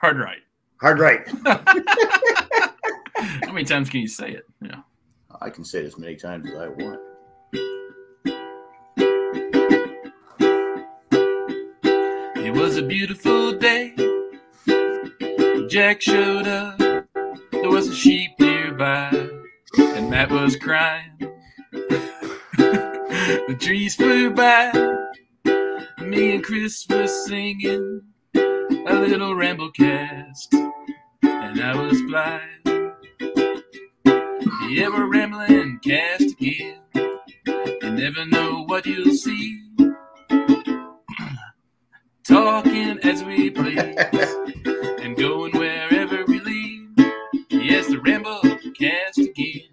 Hard right. Hard right. How many times can you say it? Yeah. I can say it as many times as I want. It was a beautiful day. Jack showed up. There was a sheep nearby, and Matt was crying. the trees flew by. Me and Chris were singing a little ramble cast, and I was blind. Yeah, we're rambling cast again. You never know what you'll see. Talking as we please and going wherever we lead. Yes, the ramble cast again.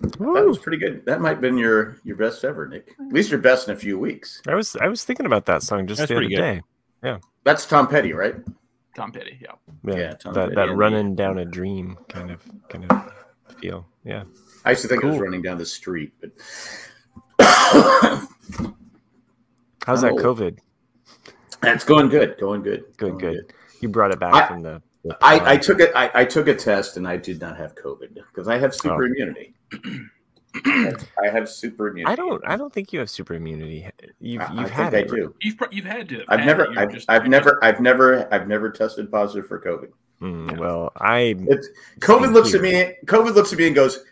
That was pretty good. That might have been your your best ever, Nick. At least your best in a few weeks. I was I was thinking about that song just That's the other pretty day. That's Tom Petty, right? Tom Petty, yeah. Yeah, Yeah, Tom that Petty that and running down a dream kind of kind of feel. Yeah, I used to think it was Cool. running down the street, but how's that Oh. COVID? that's going good. Going good. Good, Going good. You brought it back I- from the. the pod. I, I took it. I, I took a test, and I did not have COVID because I have super Oh. immunity. I have super immunity. I don't. I don't think you have super immunity. You've I- I you've think had I it. do. You've pro- you've had to. have I've had never. it. You're I've, just- I've you're never. just- I've never. I've never tested positive for COVID. Mm, Yeah. Well, I. It's COVID Thank looks at you. me. COVID looks at me and goes,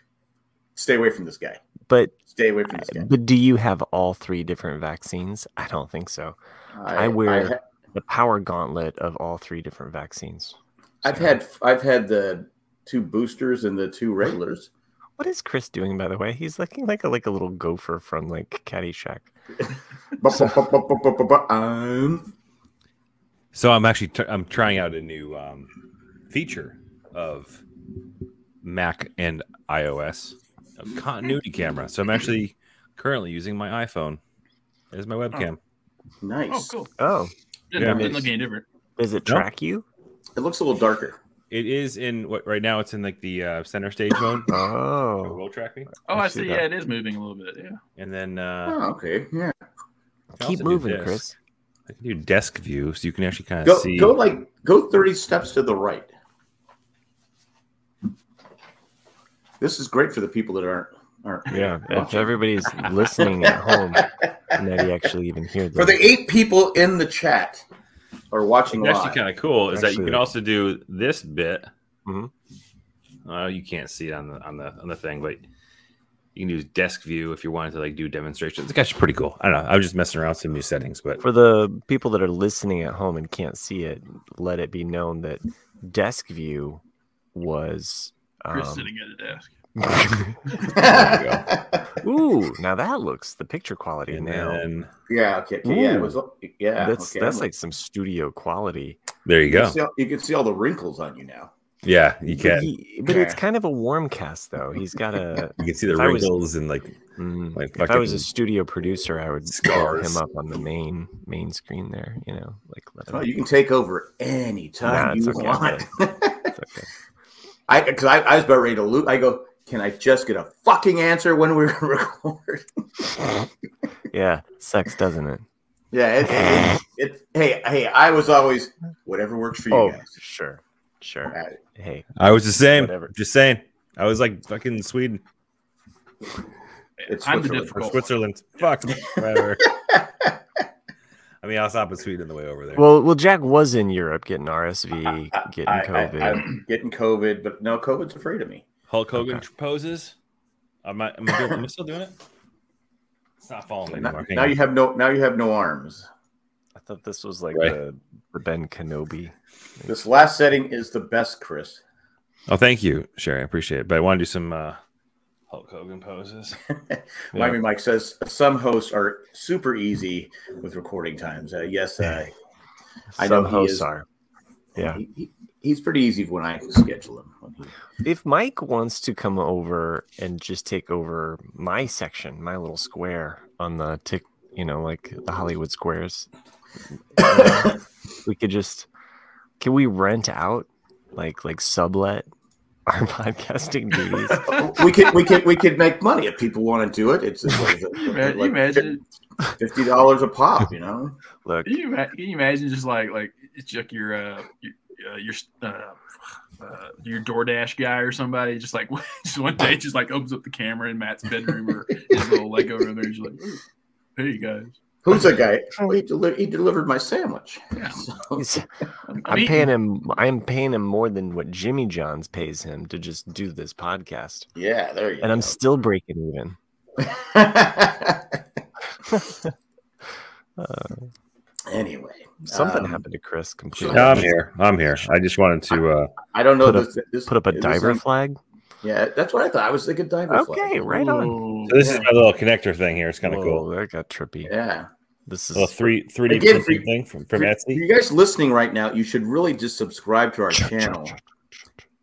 "Stay away from this guy. But Stay away from this guy." but do you have all three different vaccines? I don't think so. I wear- ha- The power gauntlet of all three different vaccines. I've So- had. I've had the two boosters and the two regulars. What is Chris doing, by the way? He's looking like a like a little gopher from like Caddyshack. Ba-ba-ba-ba-ba-ba-ba-um. So I'm actually tr- I'm trying out a new um, feature of Mac and iOS a continuity camera. So I'm actually currently using my iPhone as my webcam. Nice. Oh, cool. Oh, Didn't, Yeah. didn't look any different. does it Nope. track you? It looks a little darker. It is in what right now it's in like the uh, center stage mode. It Oh, will track me. Oh, I I see see. that. Yeah, it is moving a little bit. Yeah. And then uh, Oh, okay. Yeah. I can also keep do moving, this. Chris. I can do desk view, so you can actually kind of Go see. go like go thirty steps to the right. This is great for the people that aren't aren't Yeah, if everybody's listening at home, maybe actually even hear this. for the eight people in the chat are watching It's live. actually kind of cool is that you Actually- can also do this bit. Mhm. Uh, you can't see it on the on the on the thing, but you can use desk view if you wanted to like do demonstrations. It's actually pretty cool. I don't know. I was just messing around with some new settings, but For the people that are listening at home and can't see it, let it be known that desk view was. Chris Um, sitting at a desk. ooh, now that looks the picture quality and now. then yeah. Okay. okay, yeah. It Ooh. was. Yeah. that's okay, that's I'm- like some studio quality. there you You can, go. see, all- you can see all the wrinkles on you now. Yeah, you But, can he, but it's Yeah. kind of a warm cast though. He's got a. you can see the If I was- wrinkles and like mm, like if I was fucking- a studio producer, I would call him Scars. up on the main main screen there. You know, like let him. Oh, you can take over any Nah, time it's you okay, I'm want. it's okay. I because I, I was about ready to loot. I go. Can I just get a fucking answer when we record? Yeah, sucks, doesn't it? Yeah, it, it, it, hey, hey, I was always whatever works for you guys. Oh, sure, sure. Alright. Hey, I was the same. Whatever. Just saying. I was like fucking Sweden It's I'm the Switzerland. or difficult one. Switzerland. Fuck whatever. I mean, I was stopping Sweden on the way over there. well, well, Jack was in Europe getting RSV, getting I, COVID. am getting COVID, but no, COVID's afraid of me. Hulk Hogan Okay. poses. Am I, am, I doing, am I still doing it? It's not falling Now, anymore. Hang now on. you have no, now you have no arms. I thought this was like Right. the, the Ben Kenobi. This last setting is the best, Chris. oh, thank you, Sherry. I appreciate it. But I want to do some uh, Hulk Hogan poses. Miami Mike says some hosts are super easy with recording times. Uh, yes, uh, I know Some he hosts is. are. Yeah. he, he, he's pretty easy when I schedule him. When he- If Mike wants to come over and just take over my section, my little square on the tick, you know, like the Hollywood squares, uh, we could just. Can we rent out, like like sublet our podcasting duties. we could we could we could make money if people want to do it. It's just like, Can you imagine? fifty dollars a pop, you know. Look, Can you, ima- can you imagine just like like it's like your uh your uh, your, uh, uh, your DoorDash guy or somebody just like just one day just like opens up the camera in Matt's bedroom or his little Lego room there and just like "Ooh, hey guys Who's that guy? Oh, he, deli- he delivered my sandwich. Yeah. So- he's- I'm, I'm eating." paying him. I'm paying him more than what Jimmy John's pays him to just do this podcast, yeah, there you and I'm still breaking even. go. Uh, anyway, something um, happened to Chris completely. No, I'm here. I'm here. I just wanted to. Uh, I don't know. Put up- this, this, Put up a this diver thing- flag. Yeah, that's what I thought. I was thinking diver. Okay, flag. right on. Ooh. so this is my little connector thing here. It's kind of Whoa, cool. That got trippy. Yeah. This is Little three three D Again, printing for- thing from from For- Etsy. for You guys listening right now, you should really just subscribe to our channel,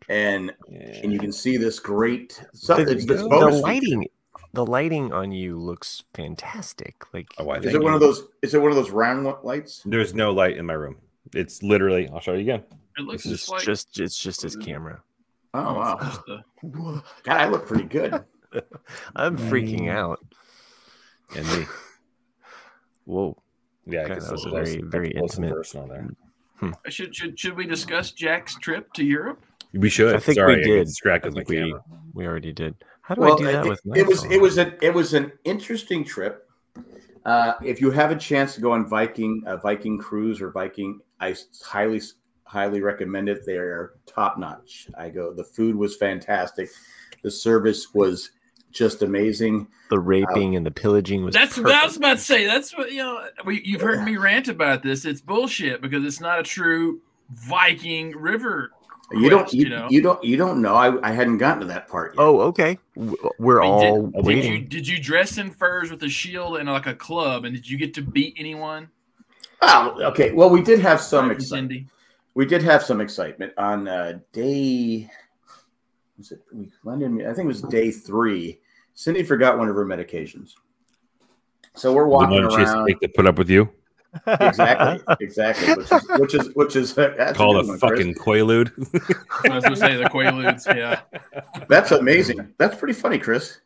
and and you can see this great. Stuff. The, It's this the bonus feature. lighting, the lighting on you looks fantastic. Like Oh, I Is think it one of those? Is it one of those round one- lights? There's no light in my room. It's literally. I'll show you again. it looks it's just like just it's just Mm-hmm. his camera. Oh wow, just a- God, I look pretty good. I'm freaking Mm. out. And me. Whoa. Yeah, I Okay, guess that was that's a very, close- very that's close in intimate- person on there. uh, should should should we discuss Jack's trip to Europe We should. I think Sorry, we I got did. distracted I with my think we- camera. We already did. How do I well, do that it, with my it was phone? it was an it was an interesting trip. Uh, if you have a chance to go on Viking a Viking cruise or Viking, I highly highly recommend it. They are top notch. I go. The food was fantastic. The service was just amazing. the raping and the pillaging was that's what I was perfect. about to say that's what you know we, you've heard me rant about this it's bullshit because it's not a true Viking river you don't quest, you, you know? you don't you don't know. I, I hadn't gotten to that part yet. Oh, okay. W- We're I mean, all did, did waiting. you did you dress in furs with a shield and like a club and did you get to beat anyone? Oh, okay. Well, we did have some Right, excitement. Cindy? we did have some excitement on uh, day. Was it we landed? I think it was day three. Cindy forgot one of her medications, so we're walking the one she has to around. take to put up with you. Exactly, exactly. Which is which is which is that's a Call good it one, Chris. fucking Quaalude. I was gonna say the Quaaludes. Yeah, That's amazing. That's pretty funny, Chris.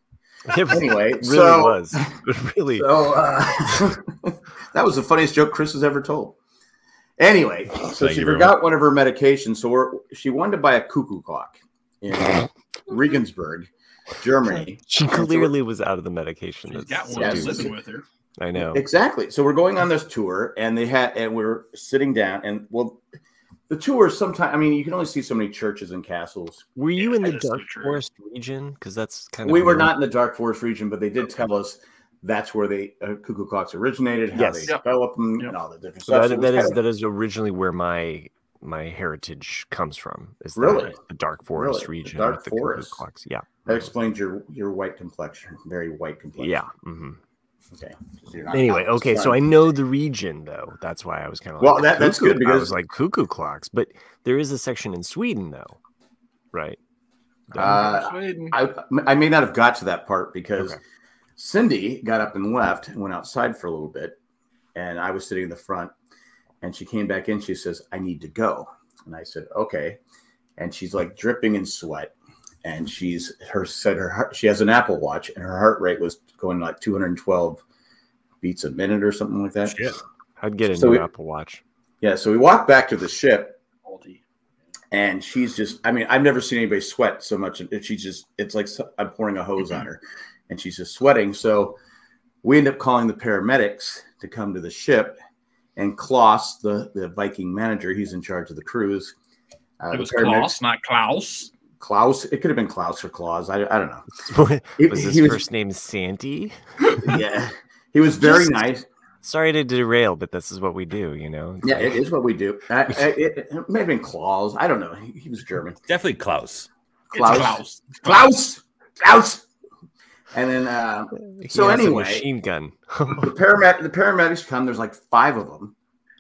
It really Anyway, so, was. It really. So uh, that was the funniest joke Chris has ever told. Anyway, so Thank she you very forgot one of her medications. So we're, she wanted to buy a cuckoo clock in Regensburg, Germany. She clearly was out of the medication. she's That's got so one Yes. living juicy. with her. I know. Exactly. So we're going on this tour, and they had, and we're sitting down, and well, the tour sometimes. I mean, you can only see so many churches and castles. Were you in Yeah, the that's dark so true. forest region? Because that's kind of we were weird. not in the Dark Forest region, but they did tell us that's where the uh, cuckoo clocks originated, how Yes. they Yep. developed them, Yep. and all the different So stuff. that, So that we is had- that is originally where my my heritage comes from. Is that Really? the dark forest Really? The region? dark with the cuckoo forest. clocks. Yeah. that explains your your white complexion, very white complexion. Yeah. hmm Okay. So you're not- Anyway, okay, so I know the region though. That's why I was kind of Well, like, that- that's cuckoo- good I because- was like cuckoo clocks, but there is a section in Sweden though, right? Uh, Sweden. I, I may not have got to that part because Okay. Cindy got up and left and went outside for a little bit, and I was sitting in the front, and she came back in. She says, "I need to go," and I said, "Okay," and she's like dripping in sweat, and she's her said her heart, she has an Apple Watch, and her heart rate was going like 212 beats a minute or something like that. Shit. I'd get a so new we- Apple Watch. Yeah, so we walked back to the ship, Aldi. and she's just i mean i've never seen anybody sweat so much and she's just it's like so- i'm pouring a hose on her and she's just sweating so we end up calling the paramedics to come to the ship and klaus the, the viking manager he's in charge of the cruise uh, It the was paramedics- Klaus, not Klaus. klaus it could have been klaus or klaus i, I don't know was He- his he was- first name Santi? yeah he was very Just- nice Sorry to derail, but this is what we do, you know. It's yeah like- it is what we do I, I, it, it may have been klaus i don't know he, he was german Definitely Klaus. It's klaus Klaus. klaus klaus and then um, He So has a anyway- machine gun. The paramed- the paramedics come. There's like five of them.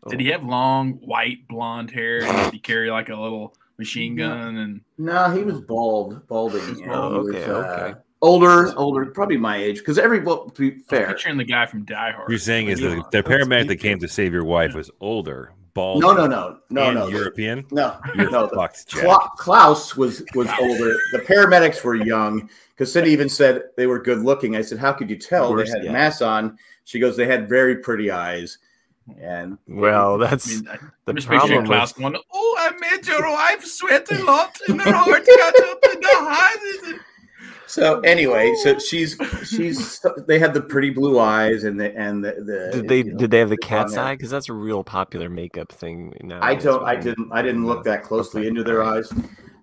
Did he have long white blonde hair? And did he carry like a little machine No. gun? And No, he was bald, balding. and Oh, he was, uh, okay, okay. Older, older, probably my age. Because every well, to be fair, picturing the guy from Die Hard. You're saying is Yeah. the, the paramedic that came to save your wife was older, bald. No, no, no, no, and no, European. no, You're no. the- fucked, Jack. Kla- Klaus was was older. The paramedics were young. Cassini even said they were good looking. I said, "How could you tell Worse they had yet. masks on?" She goes, "They had very pretty eyes." And Oh, Well, I that's mean, I- the I'm just picturing problem. Klaus With, going, "Oh, I made your wife sweat a lot, and her heart got up in the heart." so anyway, so she's she's they had the pretty blue eyes and the and the, the did they Uh, you know, did they have the it's on cat's there. eye? Because that's a real popular makeup thing now. I is don't. I when- didn't. I didn't look that closely Okay. into their eyes.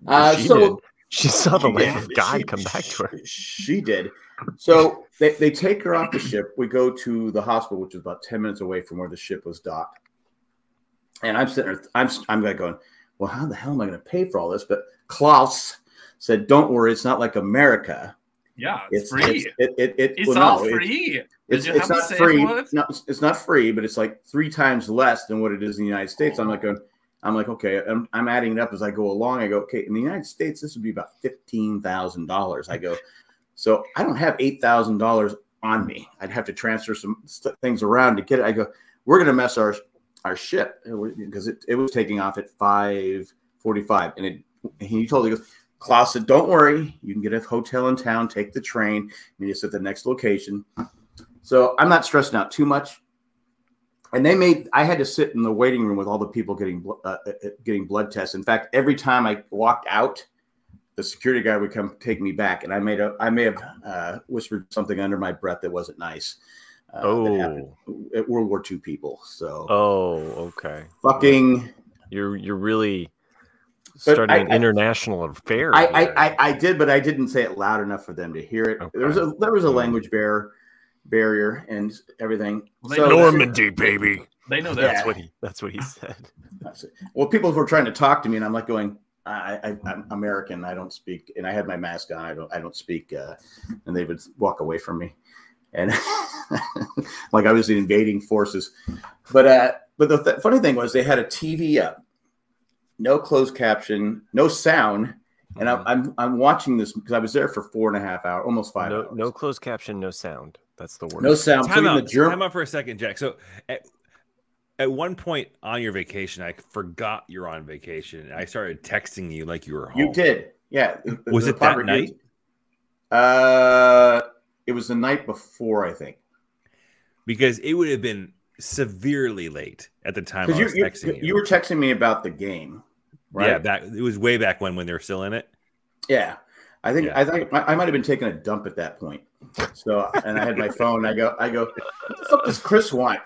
Uh, she so did. She saw the She life did. of God She- come back to her. She did. So they, they take her off the ship. We go to the hospital, which is about 10 minutes away from where the ship was docked. And I'm sitting there, I'm, I'm like going, well, how the hell am I going to pay for all this? But Klaus said, don't worry, it's not like America. Yeah, it's, It's free. It's, it, it, it, It's well, all no, it- free. it's, Did you have it's to not save free. one? No, it's- it's not free, but it's like three times less than what it is in the United States. I'm like going, I'm like, okay, I'm, I'm adding it up as I go along. I go, okay, in the United States, this would be about fifteen thousand dollars. I go, so I don't have eight thousand dollars on me. I'd have to transfer some st- things around to get it. I go, we're gonna mess our our ship because it, it was taking off at five forty five, and it he told me, he goes, Klaus said, don't worry, you can get a hotel in town, take the train, meet us at the next location. So I'm not stressing out too much. And they made I had to sit in the waiting room with all the people getting bl- uh, uh, uh, getting blood tests. In fact, every time I walked out, the security guy would come take me back, and I made a I may have uh, whispered something under my breath that wasn't nice. Uh, that happened Oh, at World War II people. So oh, okay. fucking. You're you're really But starting I- an I- international affair. I, here. I, I, I did, but I didn't say it loud enough for them to hear it. There was a there was a Okay. language barrier barrier and everything. Well, they So- know Normandy, baby. They know that. That's Yeah. what he. That's what he said. That's it. Well, people were trying to talk to me, and I'm like going, I, I, I'm American. I don't speak, and I had my mask on. I don't, I don't speak, uh, and they would walk away from me, and like I was the invading forces. But uh, but the th- funny thing was, they had a TV up, no closed caption, no sound, and Uh-huh. I'm I'm, I'm watching this because I was there for four and a half hours, almost five. No, hours. no closed caption, no sound. That's the word. no sound. time including out, the Germ- time out for a second, Jack. So, at, at one point on your vacation, I forgot you're on vacation. and I started texting you like you were home. You did, yeah. Was it that proper- night? Uh, it was the night before, I think. because it would have been severely late at the time I Because you, was you, texting you. you were texting me about the game, right? yeah, back it was way back when when they were still in it. Yeah. I think Yeah. I think I, I might have been taking a dump at that point. So and I had my phone. I go I go. What the fuck does Chris want?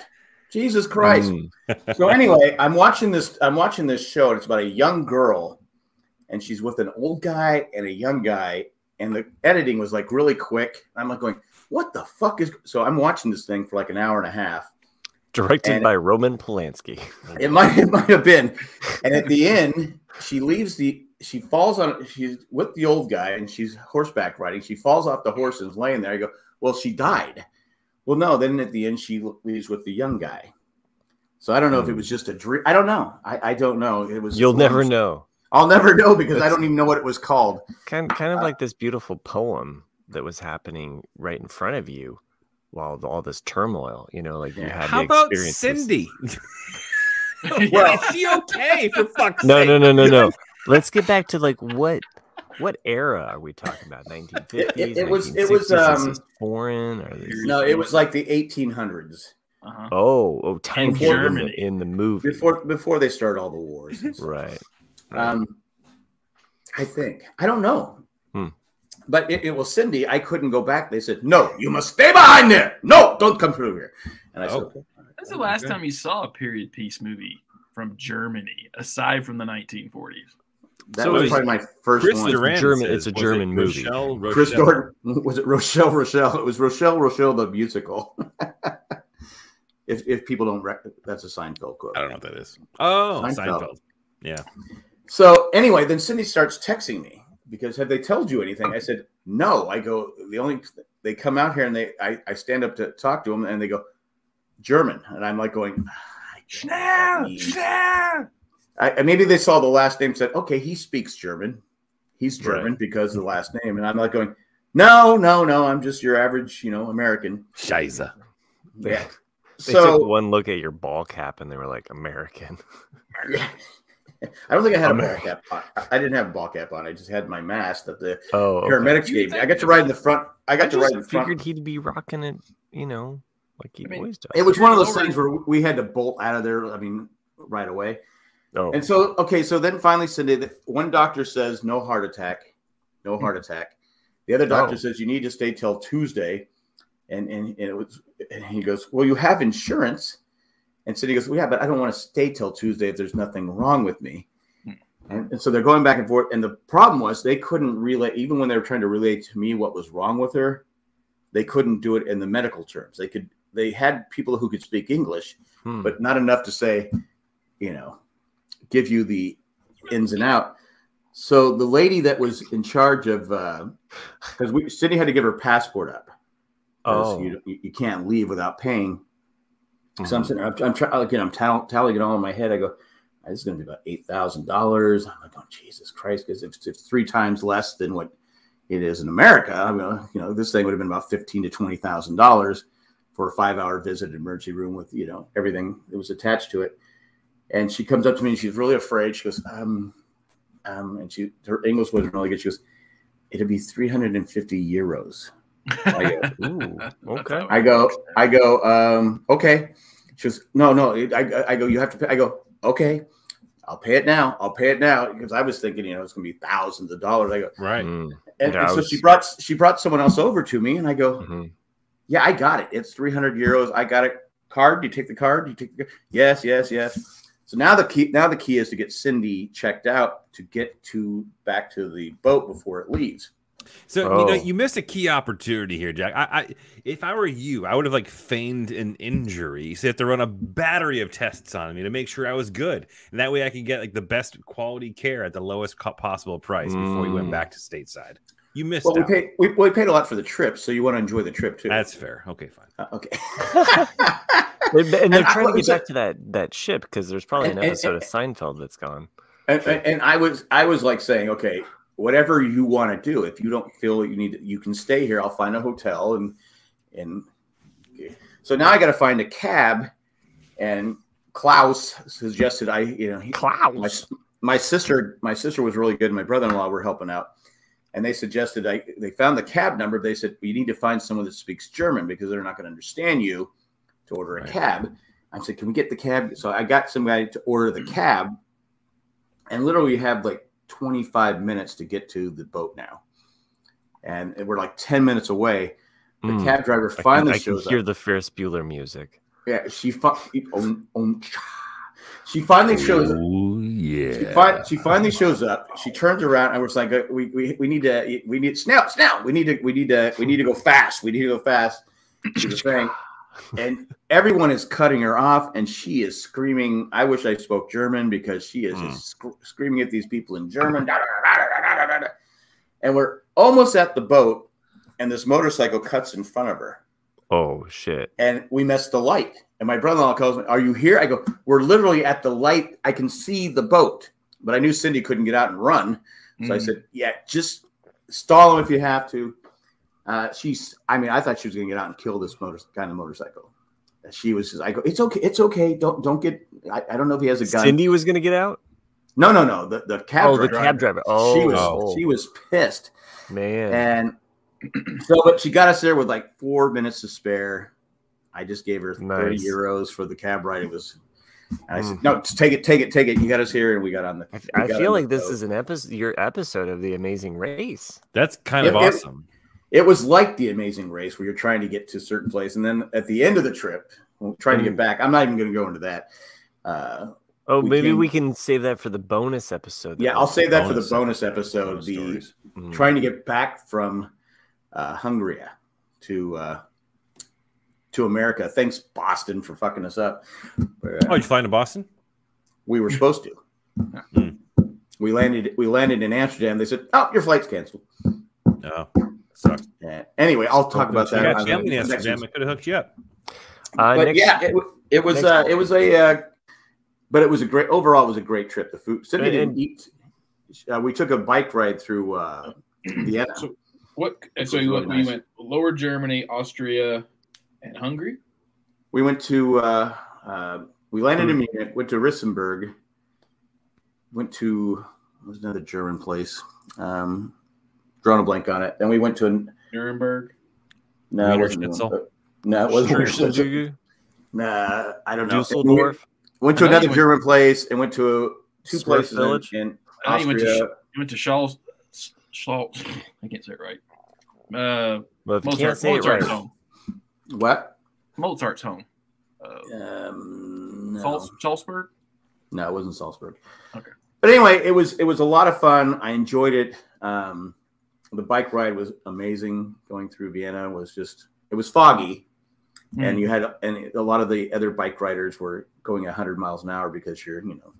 Jesus Christ! Mm. So anyway, I'm watching this. I'm watching this show, and it's about a young girl, and she's with an old guy and a young guy, and the editing was like really quick. I'm like going, what the fuck is? So I'm watching this thing for like an hour and a half, Directed And- by Roman Polanski. It might it might have been. And at the end, she leaves the she falls on she's with the old guy and she's horseback riding. She falls off the horse and is laying there. I go, well, she died. Well, no. Then at the end, she leaves with the young guy. So I don't know if it was just a dream. I don't know. I, I don't know. It was. You'll never know. I'll never know because I That's- don't even know what it was called. Kind kind of Uh, like this beautiful poem that was happening right in front of you while all this turmoil. You know, like you Yeah. had How the about experience this- Cindy? Yeah. is she okay for fuck's No, sake? no, no, no, no. Let's get back to like what what era are we talking about? 1950s. It- it- it was- it 1960s? was, Is um, this foreign or this- No, it was like the 1800s Uh-huh. Oh, oh, time In period in Germany. the, in the movie. before before they started all the wars. and stuff. right. Um, I think I don't know, Hmm. but it, it was Cindy. I couldn't go back. They said, "No, you must stay behind there. No, don't come through here." And I said, Oh. "Okay." When's the last Okay. time you saw a period piece movie from Germany, aside from the 1940s? "That So was, it was probably my first Chris one." Duran German- says, it's a was it German movie. Rochelle, Rochelle? Chris Jordan was it Rochelle Rochelle? It was Rochelle Rochelle the musical. if if people don't, rec- that's a Seinfeld quote. I don't know what that is. Oh, Seinfeld. Seinfeld. Yeah. So anyway, then Cindy starts texting me because have they told you anything? I said no. I go the only they come out here and they I, I stand up to talk to them and they go German and I'm like going "Ah, I Schnell! don't know what that means." Schnell! I, and maybe they saw the last name said okay he speaks German he's Right. German because of the last name and I'm like going no no no I'm just your average you know American Scheiße. yeah They so took one look at your ball cap and they were like, American. I don't think I had a ball America. cap on. I- I didn't have a ball cap on. I just had my mask that the Oh, okay. paramedics You gave me. I think- got to ride in the front. I got I to ride in the just front. figured he'd be rocking it, you know, like he I mean, always does. It was one of those Over- things where we had to bolt out of there. I mean, right away. oh, And so, okay, so then finally, Cindy, the, one doctor says no heart attack, no heart attack. The other doctor Oh. says you need to stay till Tuesday, and and, and it was, and he goes, well, you have insurance, and Cindy goes, well, yeah, but I don't want to stay till Tuesday if there's nothing wrong with me. Hmm. And, and so they're going back and forth, and the problem was they couldn't relay, even when they were trying to relay to me what was wrong with her, they couldn't do it in the medical terms. They could, they had people who could speak English, hmm. but not enough to say, you know, give you the ins and out. So the lady that was in charge of, because we Sydney had to give her passport up. 'cause oh, You, you can't leave without paying. So I'm mhm. sitting, there, I'm, I'm trying again. I'm tall- tallying it all in my head. I go, this is going to be about eight thousand dollars. I'm like, oh Jesus Christ, because if it's three times less than what it is in America, I'm gonna, you know, this thing would have been about fifteen to twenty thousand dollars for a five-hour visit in emergency room with you know everything that was attached to it. And she comes up to me and she's really afraid. She goes, um, um, and she her English wasn't really good. She goes, it'll be three hundred and fifty euros. I go, hmm. Ooh, okay. I go, I go, um, okay. She goes, no, no. it- I, I go, you have to pay. I go, okay. I'll pay it now. I'll pay it now because I was thinking, you know, it's going to be thousands of dollars. I go, Right. Mm, and, Yeah, and I so was- she brought she brought someone else over to me, and I go, mhm. yeah, I got it. It's three hundred euros. I got it. Card? You take the card? You take the yes, yes, yes. So now the key now the key is to get Cindy checked out to get to back to the boat before it leaves. So you Oh. know you missed a key opportunity here, Jack. I, I if I were you, I would have like feigned an injury, so you have to run a battery of tests on me to make sure I was good, and that way I could get like the best quality care at the lowest co- possible price before you went Mm. back to stateside. You missed Well, we out. paid we, we paid a lot for the trip, so you want to enjoy the trip too. That's fair. Okay, fine. Uh, okay. And and they're I- trying to get so- back to that that ship because there's probably an And- and- episode of Seinfeld that's gone. And, and, and I was I was like saying, okay, whatever you want to do, if you don't feel you need, you can stay here. I'll find a hotel and and so now I got to find a cab. And Klaus suggested I, you know, he, my, Klaus. my sister my sister was really good. and My brother in law were helping out, and they suggested I they found the cab number. They said you need to find someone that speaks German because they're not going to understand you to order a Right. cab. I said, can we get the cab? So I got somebody to order the cab, and literally you have like 25 minutes to get to the boat now, and we're like 10 minutes away. The Mm. cab driver I can- finally I can, shows up. hear the Ferris Bueller music. Yeah, she fi- um, um, she finally shows up. Oh yeah. She, fi- she finally shows up. She turns around and was like, uh, "We, we, we need to we need snout snout. We need to we need to we need to go fast. We need to go fast." She was saying, and everyone is cutting her off, and she is screaming. I wish I spoke German because she is just sc- screaming at these people in German. "Da, da, da, da, da, da, da, da." And we're almost at the boat, and this motorcycle cuts in front of her Oh shit! and we missed the light. And my brother-in-law calls me, "Are you here?" I go, "We're literally at the light. I can see the boat." But I knew Cindy couldn't get out and run, so Hmm. Hmm. I said, "Yeah, just stall him if you have to." Uh, she's, I mean, I thought she was going to get out and kill this motor guy on the motorcycle. Uh, She was, just, I go, "It's okay, it's okay. Don't don't get. I, I don't know if he has a gun. Cindy was gonna get out. No, no, no. The the cab. oh, driver, the cab driver. Oh, She was oh, she was pissed, man. and so but she got us there with like four minutes to spare. I just gave her 30 Nice. Mm. euros for the cab ride. It was and I said, No, just take it, take it, take it. You got us here and we got on the I, f- we I got feel on the like this boat. is an episode, your episode of the Amazing Race. That's kind of It- it- awesome. it was like the amazing race where you're trying to get to a certain place, and then at the end of the trip, we're trying to Mm. get back. I'm not even gonna go into that. Uh, Oh, We maybe can- we can save that for the bonus episode. that yeah, we'll I'll save that for bonus the bonus episode. Bonus the stories. Mm. trying to get back from uh, Hungary to uh, to America. Thanks, Boston, for fucking us up. uh, Oh, you flying to Boston? We were supposed to. Hmm. We landed. We landed in Amsterdam. They said, "Oh, your flight's canceled." No. Oh, Sucks. Uh, anyway, I'll talk about You that. got on family in the next Amsterdam. I could have hooked you up. Uh, but next- yeah, it, wa- it was. next- Uh, it was a. Uh, but it was a great. Overall, it was a great trip. The food. Sydney And- didn't and- eat. Uh, we took a bike ride through uh, Vienna. So what? Which So was you really went, we nice. went lower Germany, Austria, and Hungary. We we went to uh, uh, we landed Hmm. in Munich, went to Rissenberg, went to what was another German place. Um, drawn a blank on it. Then we went to an, Nuremberg. no, it Wiener wasn't Schnitzel? Nuremberg. No, it wasn't. Wiener Schnitzel. Schnitzel. Nah, I don't know. Dusseldorf. Went to I know you another went- German place and went to two Smurf places in- Village? in I know you went to Austria. You went to Schall's. Schall's. I can't say it right. Uh, But if you can't Mozart, say it Mozart's right, home. what? Mozart's home. Uh, Um, no. Schall's- Schallsberg. No, it wasn't Salzburg. Okay. But anyway, it was it was a lot of fun. I enjoyed it. Um, the bike ride was amazing. Going through Vienna was just it was foggy, Hmm. Mm. and you had and a lot of the other bike riders were going 100 miles an hour because you're you know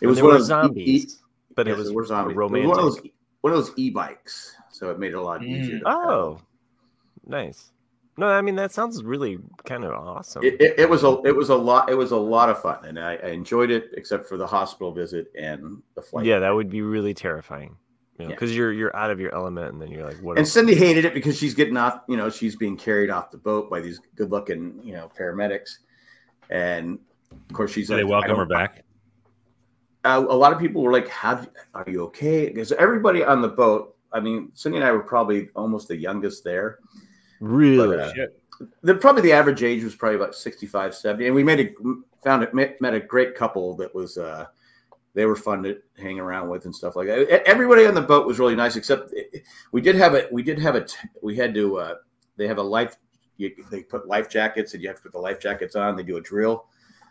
it and was there one were of those zombies, E- but yes, it was there were zombies. It was romantic. one of those e, one of those e-bikes, so it made it a lot Mm. easier. to- Oh, nice. No, I mean that sounds really kind of awesome. It, it, it was a it was a lot it was a lot of fun and I, I enjoyed it except for the hospital visit and the flight. yeah, that would be really terrifying. You know, Yeah. because you're you're out of your element, and then you're like, what? And am- Cindy hated it because she's getting off, you know, she's being carried off the boat by these good looking, you know, paramedics. And of course, she's Did like, they I welcome don't- her back? Uh, a lot of people were like, How do- are you okay? Because everybody on the boat, I mean, Cindy and I were probably almost the youngest there. really? But, uh, Shit. The, probably the average age was probably about 65, 70. And we made a, found it, met, met a great couple that was, uh, they were fun to hang around with and stuff like that. E- Everybody on the boat was really nice, except eh, we did have a, we did have a, t- we had to, uh, they have a life, you, they put life jackets and you have to put the life jackets on. They do a drill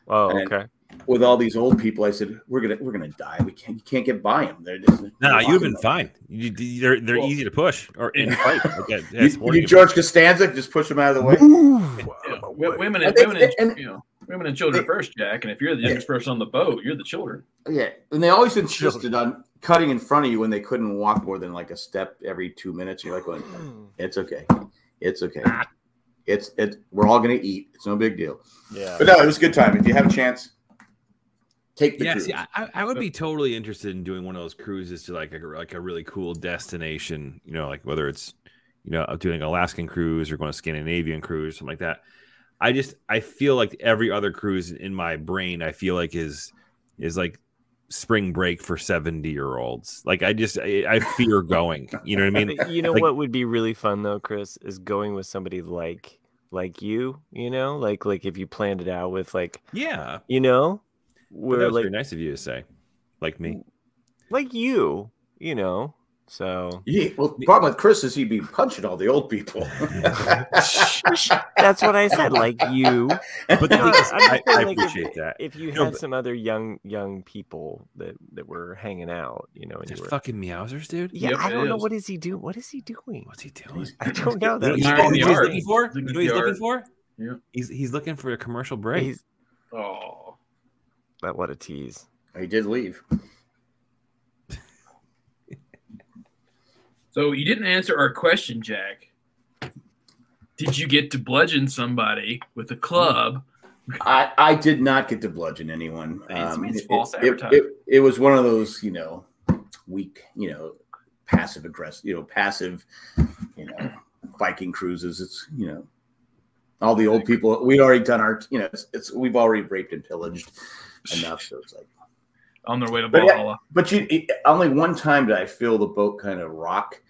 oh, and- okay. with all these old people. I said, we're going to, we're going to die. We can't, you can't get by them. They're just, Nah, you've been fine. You, you- they're they're Well- easy to push or in fight. Okay, yeah, You, it's you George Costanza, just push them out of the way. Yeah. Wo- Women and And they- women and, and- you know, women and children they- first, Jack. And if you're the youngest person on the boat, you're the children. Yeah, and they always insisted on cutting in front of you when they couldn't walk more than like a step every two minutes. You're like, going, "It's okay, it's okay, it's it's we're all gonna eat. It's no big deal." yeah. But no, it was a good time. If you have a chance, take the Yeah, cruise. see, I, I I would be totally interested in doing one of those cruises to like a, like a really cool destination. You know, like whether it's you know doing Alaskan cruise or going to Scandinavian cruise, something like that. I just I feel like every other cruise in my brain, I feel like is is like spring break for seventy year olds. Like I just I, I fear going. You know what I mean? But you know Like- what would be really fun though, Chris, is going with somebody like like you. You know, like like if you planned it out with like Yeah, you know, but that where was like very nice of you to say. Like me, like you, you know. So Yeah, well, the problem with Chris is he'd be punching all the old people. that's what I said, like you. but the No, I'm thing is, just I, saying, I like, if- appreciate that. If you No, had but- some other young young people that that were hanging out, you know, and They're you were fucking meowsers, dude. yeah, Yep, I it don't know is. what is he doing. What is he doing? What's he doing? I don't know. You know That what he's, He's getting you know the art. what he's looking for? He's looking You at know what he's the looking art. for? Yeah. He's he's looking for a commercial break. he's Oh, that what a tease. he did leave. so you didn't answer our question, Jack. Did you get to bludgeon somebody with a club? I, I did not get to bludgeon anyone. It's- Um, it's it- false it, it, advertising. it was one of those, you know, weak, you know, passive aggressive, you know, passive, you know, Viking cruises. It's you know, all the old people. We'd already done our, you know, it's, it's we've already raped and pillaged enough. So it's like, on their way to But yeah. Valhalla. but you it, only one time did I feel the boat kind of rock.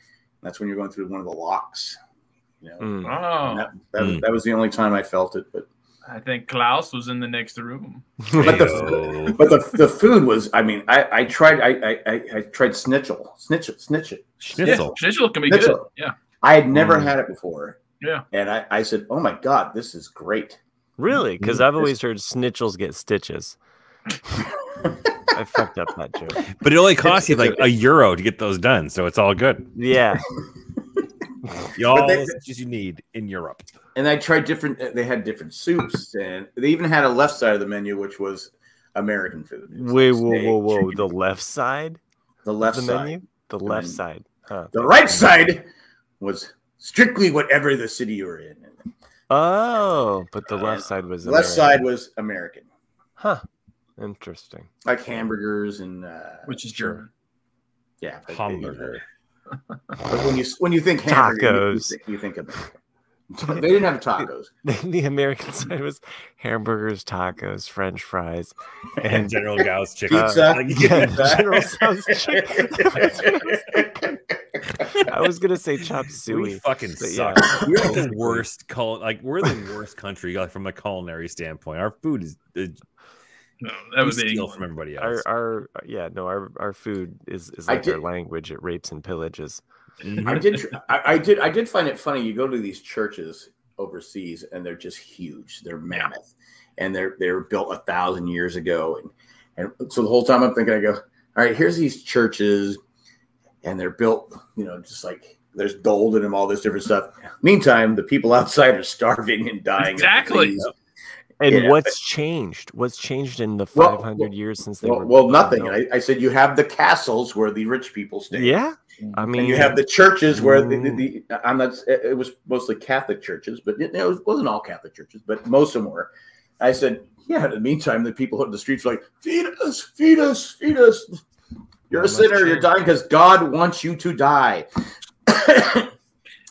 That's when you're going through one of the locks. You know, Mm. Oh, And that that, was Mm. that was the only time I felt it, but. I think Klaus was in the next room. But the- Ayo. But the, the food was, I mean, I, I tried, I, I- I, I tried schnitzel, snitch snitchel. Schnitzel. Yeah, Schnitzel can be good. Schnitzel. Yeah. I had never Mm. had it before. Yeah. And I, I said, oh my God, this is great. Really? Mm-hmm. Because Mm, I've it's- always heard snitchels get stitches. I fucked up that joke. But it only costs you like a euro to get those done, so it's all good. Yeah. Y'all, they- you need in Europe. And I tried different, uh, they had different soups and they even had a left side of the menu, which was American food. It was Wait, like whoa, steak, whoa, whoa. chicken, The left side? the left the side. menu? The left menu. side. Huh. The right side was strictly whatever the city you were in. Oh, but the Uh, left side was The left side American. was American, Huh. Interesting. like hamburgers and, uh, Which is German. yeah. but, you know, Hamburger. But when you when you think hamburger, you- you Tacos. think, you think of they didn't have tacos. the American side was hamburgers, tacos, French fries, and and General Gao's chicken. Pizza. Like, yeah, General Tso's chicken. That's what I was thinking. I was gonna say chop We suey. fucking But suck. We're like the worst cul- like we're the worst country like from a culinary standpoint. Our food is is- No, that we was steal England. from everybody Our, else. our uh, yeah no our our food is is I like our did- language it rapes and pillages I did. tr- I, I did. I did find it funny. You go to these churches overseas, and they're just huge. They're mammoth, and they're they were built a thousand years ago. And and so the whole time I'm thinking, I go, all right, here's these churches, and they're built, you know, just like there's gold in them, all this different stuff. Meantime, the people outside are starving and dying. of Exactly. disease. and Yeah. what's changed what's changed in the Well, 500 years since they Well, were well, nothing. built? I, I said you have the castles where the rich people stay. yeah i mean and you have the churches where the, the, Mm. the I'm not. It it was mostly Catholic churches, but it, it was, wasn't all Catholic churches, but most of them were. I said, yeah. In the meantime, the people in the streets were like, feed us, feed us, feed us. You're a Well, that's sinner. You're true. dying because God wants you to die.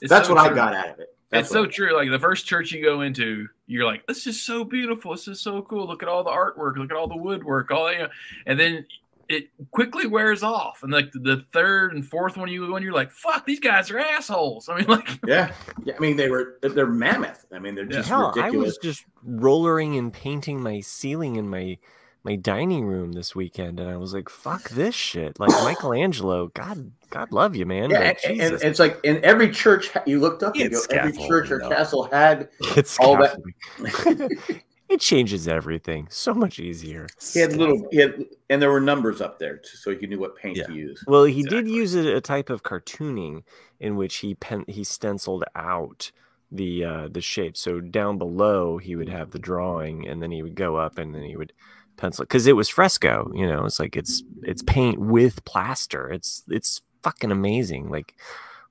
It's That's so what I true. got out of it. It's That's so what- true. Like the first church you go into, you're like, "This is so beautiful. This is so cool. Look at all the artwork. Look at all the woodwork. All you know." And then it quickly wears off. And like the third and fourth one you go in, you're like, "Fuck, these guys are assholes." I mean, like, Yeah. yeah. I mean, they were they're mammoth. I mean, they're Yeah. just Hell, I ridiculous. was just rollering and painting my ceiling in my my dining room this weekend, and I was like, "Fuck this shit!" Like Michelangelo, God, God love you, man. yeah, and, but and- Jesus. and it's like in every church ha- you looked up, you go, It's every scaffolding, church or though. castle had it's all all that- that. it changes everything so much easier. He had little, he had, and there were numbers up there, t- so you knew what paint to use. Well, he did use a, a type of cartooning in which he pen, he stenciled out the uh, the shape. So down below he would have the drawing, and then he would go up, and then he would pencil because it was fresco. You know, it's like it's it's paint with plaster. It's it's fucking amazing. Like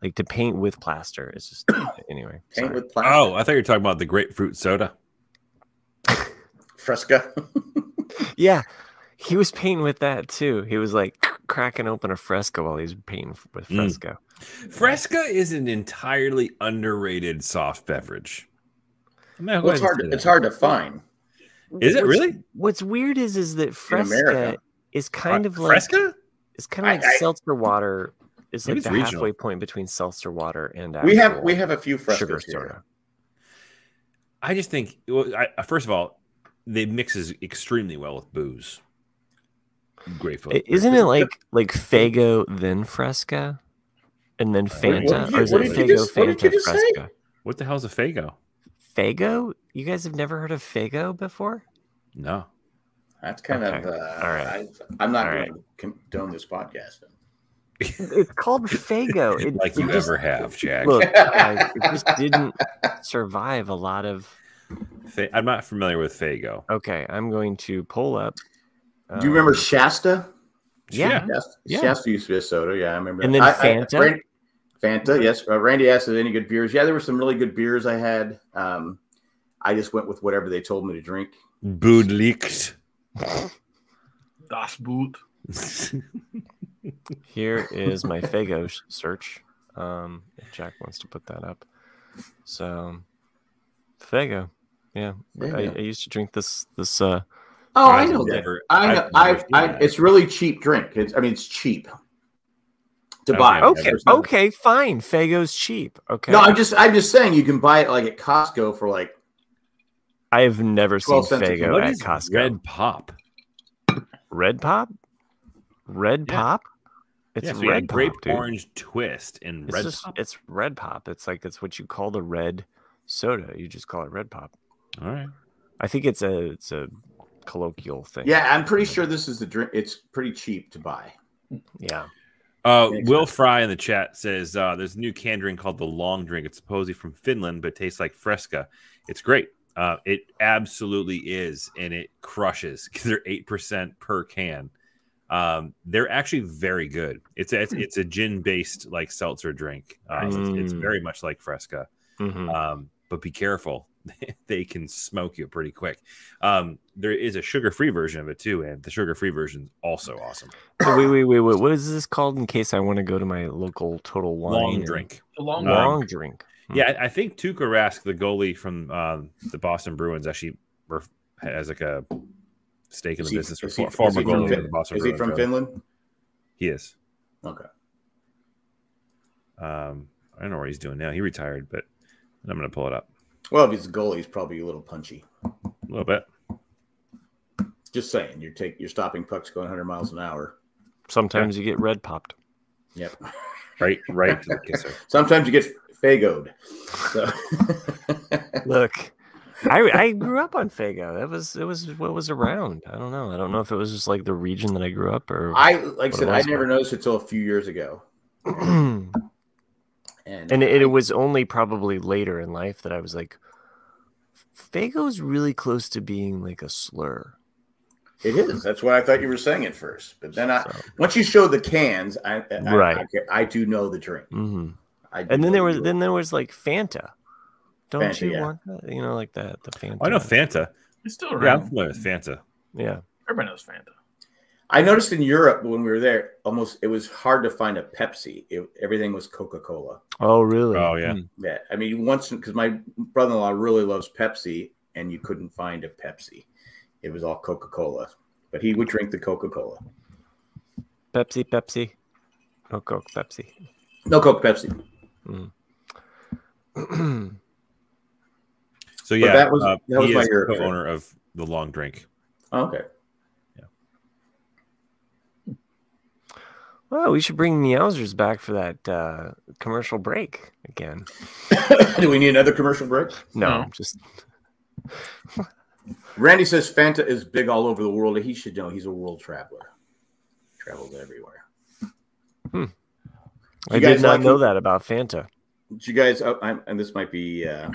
like to paint with plaster. It's just anyway. Paint sorry. with plastic. Oh, I thought you were talking about the grapefruit soda. Fresca. yeah. He was painting with that too. He was like cracking open a fresco while he was painting f- with Mm. fresco. Fresca is an entirely underrated soft beverage. I'm gonna go well, it's ahead and hard. say It's that. hard to find. Is it What's- really? What's weird is is that Fresca America. is kind Uh, of like Fresca? it's kind of like I- I- seltzer water. It's Maybe like it's the regional. halfway point between seltzer water and We have actual we have a few sugar frescas here. soda. I just think. Well, I, uh, first of all, they mixes extremely well with booze. Grapefruit. I- Isn't it like like Fago then Fresca, and then What- Fanta, what did or you- is what it did you Fago just- what did you Fanta just say? Fresca? what the hell's a Fago? Fago? You guys have never heard of Fago before? No. That's kind of. Okay. Uh, All right. I, am not All going to condone this podcast. It's called Fago. It, like it you just- ever have, Jack. Look, I, it just didn't survive a lot of. Fa- I'm not familiar with Fago. Okay, I'm going to pull up. Do you remember um, Shasta? Yeah. Shasta, Yeah. Shasta used to be a soda. Yeah, I remember. And that. then I- I- Fanta? Randy- Fanta, yes. Uh, Randy asked, "Is there any good beers?" Yeah, there were some really good beers I had. Um, I just went with whatever they told me to drink. Boodlicht. um, das Boot. Oh, Here is my Fago sh- search. Um, if Jack wants to put that up. So, Fago. Yeah, I, Fago. I used to drink this. This. Uh, Oh, I I've know that. never- I know. I've never I, seen I, that. it's really cheap drink. It's, I mean, it's cheap to Okay. buy. Okay, There's no- okay, fine. Fago's cheap. Okay. No, I'm just, I'm just saying you can buy it like at Costco for like. I have never seen 12 cents a Fago What at is Costco. Red, Red Pop. pop. Red Yeah. pop. It's yeah, so you got red grape pop, dude. orange twist and It's red just pop. it's red pop. It's like it's what you call the red soda. You just call it red pop. All right. I think it's a it's a colloquial thing. Yeah, I'm pretty sure this is the drink. It's pretty cheap to buy. Yeah. Uh, Makes Will Fry in the chat says uh, there's a new canned drink called the Long Drink. It's supposedly from Finland, but tastes like Fresca. It's great. Uh, it absolutely is, and it crushes because they're eight percent per can. Um, they're actually very good. It's a, it's, it's a gin based like seltzer drink. Uh, so it's, it's Mm. very much like Fresca. Mhm. Um, but be careful. they can smoke you pretty quick. Um, there is a sugar free version of it too, and the sugar free version is also awesome. So wait, wait, wait, wait. What is this called? In case I want to go to my local Total Wine Long and- drink. The long Uh, one. Long drink. Yeah, I, I think Tuukka Rask, the goalie from uh, the Boston Bruins, actually ref- has like a stake in the Is he- business. is he- for former is he from goalie Fin- of the Boston Is he Bruins. from really. Finland? He is. Okay. Um, I don't know what he's doing now. He retired, but I'm going to pull it up Well, if he's a goalie, he's probably a little punchy. a little bit. Just saying, you're take you're stopping pucks going 100 miles an hour. Sometimes you get red popped. Yep. Right, right to the kisser. Sometimes you get fagoed. So. Look, I I grew up on Fago. That was it was what was around. I don't know. I don't know if it was just like the region that I grew up or. I like I said, I What was never it? noticed it till a few years ago, and and, it, it was only probably later in life that I was like, Fago's really close to being like a slur. it is. That's why I thought you were saying it first. But then I, So, once you show the cans, I, I- I Right. I, do know the drink. mhm. I do And then know there the was drink. then there was like Fanta. Don't Fanta, you yeah. want that? You know, like that the Fanta. Oh, I know Fanta. It's still Yeah, I'm around. familiar with Fanta. Yeah. Everybody knows Fanta. I noticed in Europe when we were there, almost it was hard to find a Pepsi. It, everything was Coca Cola. Oh really? Oh, Hmm. yeah. Mm. Yeah, I mean, once because my brother in law really loves Pepsi, and you couldn't find a Pepsi. It was all Coca Cola, but he would drink the Coca Cola. Pepsi, Pepsi. No Coke, Pepsi. No Coke, Pepsi. So yeah, that was- uh, that was he my is Europe trip. co-owner of the Long Drink. Oh, okay. Well, we should bring Meowsers back for that uh, commercial break again. Do we need another commercial break? No, No. just Randy says Fanta is big all over the world. He should know he's a world traveler. Travels everywhere. I guys did not like know who- that about Fanta. Did you guys? oh, I'm, and this might be. Uh,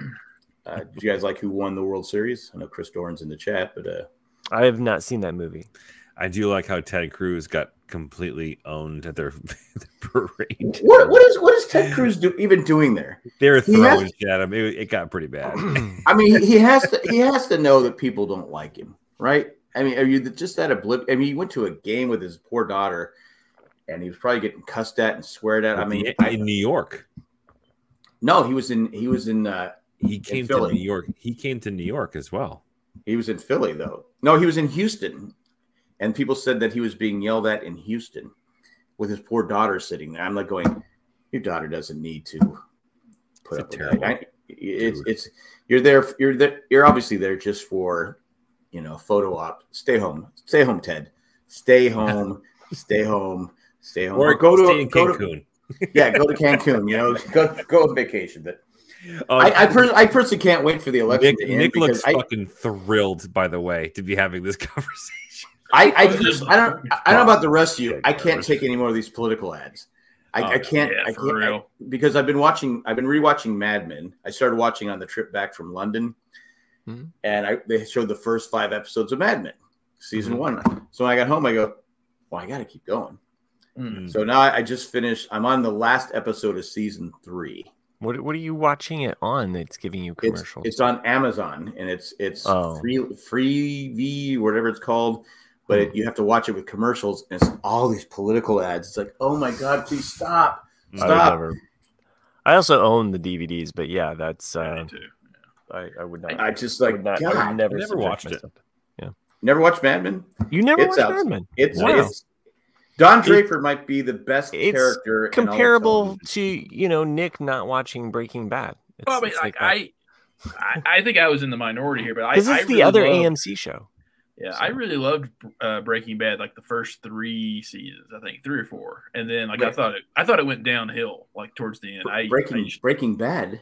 uh, did you guys like who won the World Series? I know Chris Doran's in the chat, but uh, I have not seen that movie. I do like how Ted Cruz got completely owned at their parade. what what is what is Ted Cruz do, even doing there? They were He has- throwing shit at him. It, it got pretty bad. I mean, he, he has to he has to know that people don't like him, right? I mean, are you just that oblivious? I mean, he went to a game with his poor daughter, and he was probably getting cussed at and sweared at. I mean, in, I, in New York, no, he was in he was in uh, he came to Philly. New York. He came to New York as well. he was in Philly though. No, he was in Houston, and people said that he was being yelled at in Houston with his poor daughter sitting there. I'm like going, your daughter doesn't need to put It's a up with terrible that. I- it's dude. it's you're there you're there you're obviously there just for you know photo op. Stay home, stay home, Ted. Stay home, stay home, stay home. Or go stay to in go to Cancun. yeah, go to Cancun. You know, go go on vacation. But Oh, I I, per- I personally can't wait for the election. Nick, to end Nick because looks I, fucking thrilled, by the way, to be having this conversation. I, I, Well, there's- I don't I don't know about the rest of you. Yeah, I can't Carlos. take any more of these political ads. I, Oh, I can't. yeah, I for can't I- real. because I've been watching. I've been rewatching Mad Men. I started watching on the trip back from London, Mhm. and I they showed the first five episodes of Mad Men, season Mhm. one. So when I got home, I go, "Well, I got to keep going." Hmm. Uh, Mm. So now I, I just finished. I'm on the last episode of season three. What What are you watching it on? That's giving you It's commercials. it's on Amazon and it's it's Oh. free free V whatever it's called, but Hmm. it, you have to watch it with commercials and it's all these political ads. It's like, oh my god, please stop, Uh, I, stop. would never... I also own the DVDs, but yeah, that's I uh, do too. I, I would not. I just I like would not. God. I would never, I never subject watched it. myself. Never watched Mad Men. You never It's watched out. Mad Men. It's, Wow. it's Don Draper might be the best it's character. in all of Comparable television. to you know Nick not watching Breaking Bad. It's, Well, I mean, it's like, that. I, I, I think I was in the minority here, but I. this I is the really other loved- AMC show. Yeah, I really loved uh, Breaking Bad, like the first three seasons, I think three or four, and then like I Wait. thought it, I thought it went downhill like towards the end. I Breaking I, Breaking Bad.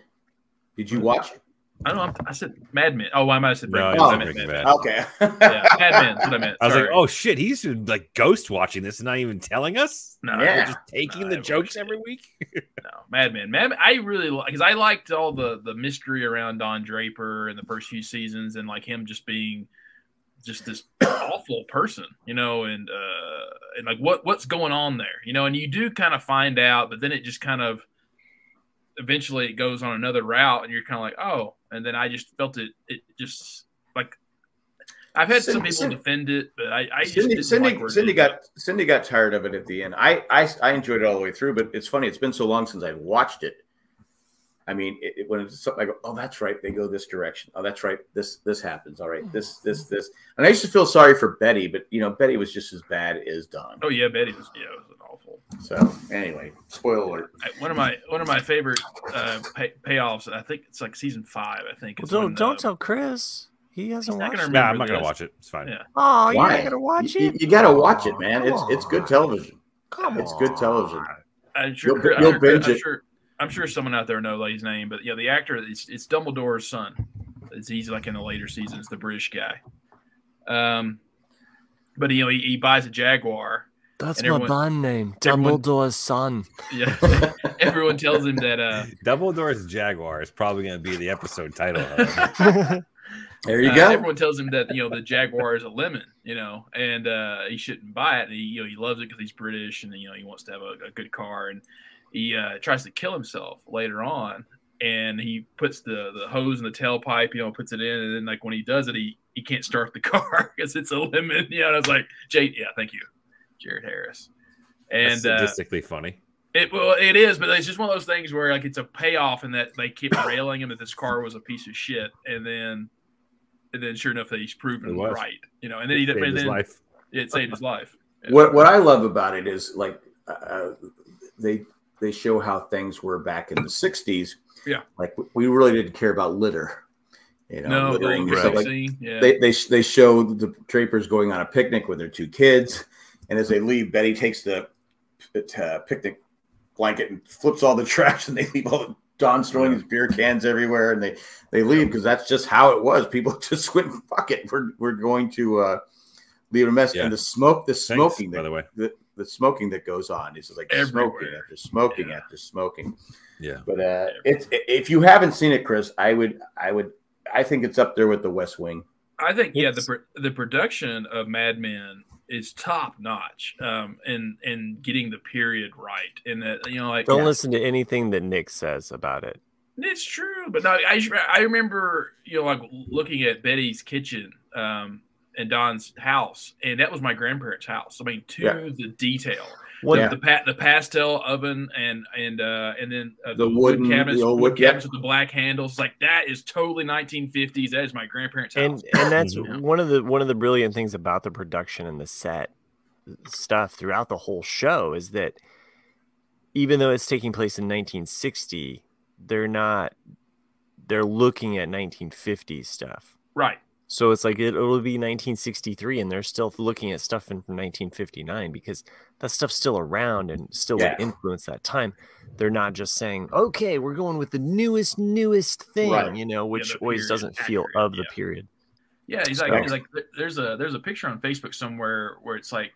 Did you watch? it? I don't know. I'm, I said Mad Men. Oh, I might have said No, Breaking it's Bad. I not meant Breaking Mad Bad. Okay. Men. Yeah, Mad Men. That's what I meant. I was Sorry. like, oh shit, he's like ghost watching this and not even telling us. no, Yeah. We're just taking No, the I've jokes watched it. every week. no, Mad Men. Mad. Men- I really like because I liked all the the mystery around Don Draper and the first few seasons, and like him just being just this awful person, you know, and uh, and like what what's going on there, you know, and you do kind of find out, but then it just kind of eventually it goes on another route, and you're kind of like, oh, and then I just felt it. It just like I've had some Cindy- people Cindy- defend it, but I, I just Cindy, didn't Cindy, like where it Cindy ended got up. Cindy got tired of it at the end. I, I I enjoyed it all the way through, but it's funny. It's been so long since I've watched it. I mean, it, it- when it's something, I go, oh, that's right, they go this direction. Oh, that's right, this this happens. All Mm-hmm. right, this this this. And I used to feel sorry for Betty, but you know, Betty was just as bad as Don. Oh yeah, Betty was yeah, it was an awful. So anyway, spoiler alert. I, one of my one of my favorite uh, pay, payoffs. I think it's like season five. I think. Well, is don't when, don't uh, tell Chris. He hasn't not watched. gonna it. Nah, I'm Remember not gonna this. watch it. It's fine. Yeah. Oh, you're Why? not gonna watch You, it. you gotta watch it, Aw, man. come It's it's good on. television. Come It's good television. I'm sure. You'll- I'm you'll sure- binge I'm it. sure, I'm sure someone out there knows his name, but yeah, the actor it's, it's Dumbledore's son. It's, he's like in the later seasons, the British guy. Um, but you know, he, he buys a Jaguar. That's And my everyone- band name, everyone- Dumbledore's son. Yeah, everyone tells him that. Uh, Double Doors Jaguar is probably gonna be the episode title. There you uh, go. Everyone tells him that you know the Jaguar is a lemon, you know, and uh, he shouldn't buy it. And he, you know, he loves it because he's British, and you know, he wants to have a, a good car. And he uh, tries to kill himself later on, and he puts the the hose in the tailpipe, you know, puts it in, and then like when he does it, he he can't start the car because it's a lemon. You know, and I was like, Jade, yeah, thank you, Jared Harris. And And uh, statistically funny. it well, it is, but it's just one of those things where like it's a payoff, and that they keep railing him that this car was a piece of shit, and then, and then sure enough, that he's It proven was. right, you know, and then he Saved and his then life. it saved his life. Yeah. What what I love about it is like uh, they they show how things were back in the '60s. Yeah. like we really didn't care about litter, you know, no, the old littering and Greg stuff like. scene, yeah, They they they show the Drapers going on a picnic with their two kids, and as they leave, Betty takes the uh, picnic blanket and flips all the trash, and they leave all the Don's throwing his beer cans everywhere, and they they leave because that's just how it was. People just went fuck it. We're we're going to uh, leave a mess, Yeah. and the smoke, the Thanks, smoking, by the way. the, the smoking that goes on. It's just like smoking Everywhere. after smoking Yeah. after smoking. Yeah. But uh, it's if you haven't seen it, Chris, I would I would I think it's up there with The West Wing. I think yeah, the It's- pr- the production of Mad Men is top notch, um, and and getting the period right, and that you know, like Don't listen to anything that Nick says about it. It's true, but no, I just- I remember you know like looking at Betty's kitchen um, and Don's house, and that was my grandparents' house. I mean, to Yeah. the detail, What Yeah. the pa- the pastel oven and and uh, and then uh, The wood wooden- cabinets, the old wood wood- yeah. cabinets with the black handles, like that is totally 1950s. That is my grandparents' house. and and that's Yeah. one of the one of the brilliant things about the production and the set stuff throughout the whole show is that even though it's taking place in 1960 they're not they're looking at 1950s stuff right, so it's like it, it'll be 1963 and they're still looking at stuff in from 1959 because that stuff's still around and still Yeah. would influence that time they're not just saying okay we're going with the newest newest thing Right. you know which the always period doesn't feel accurate, of the yeah. period yeah. He's like, Right. he's like there- there's a there's a picture on Facebook somewhere where it's like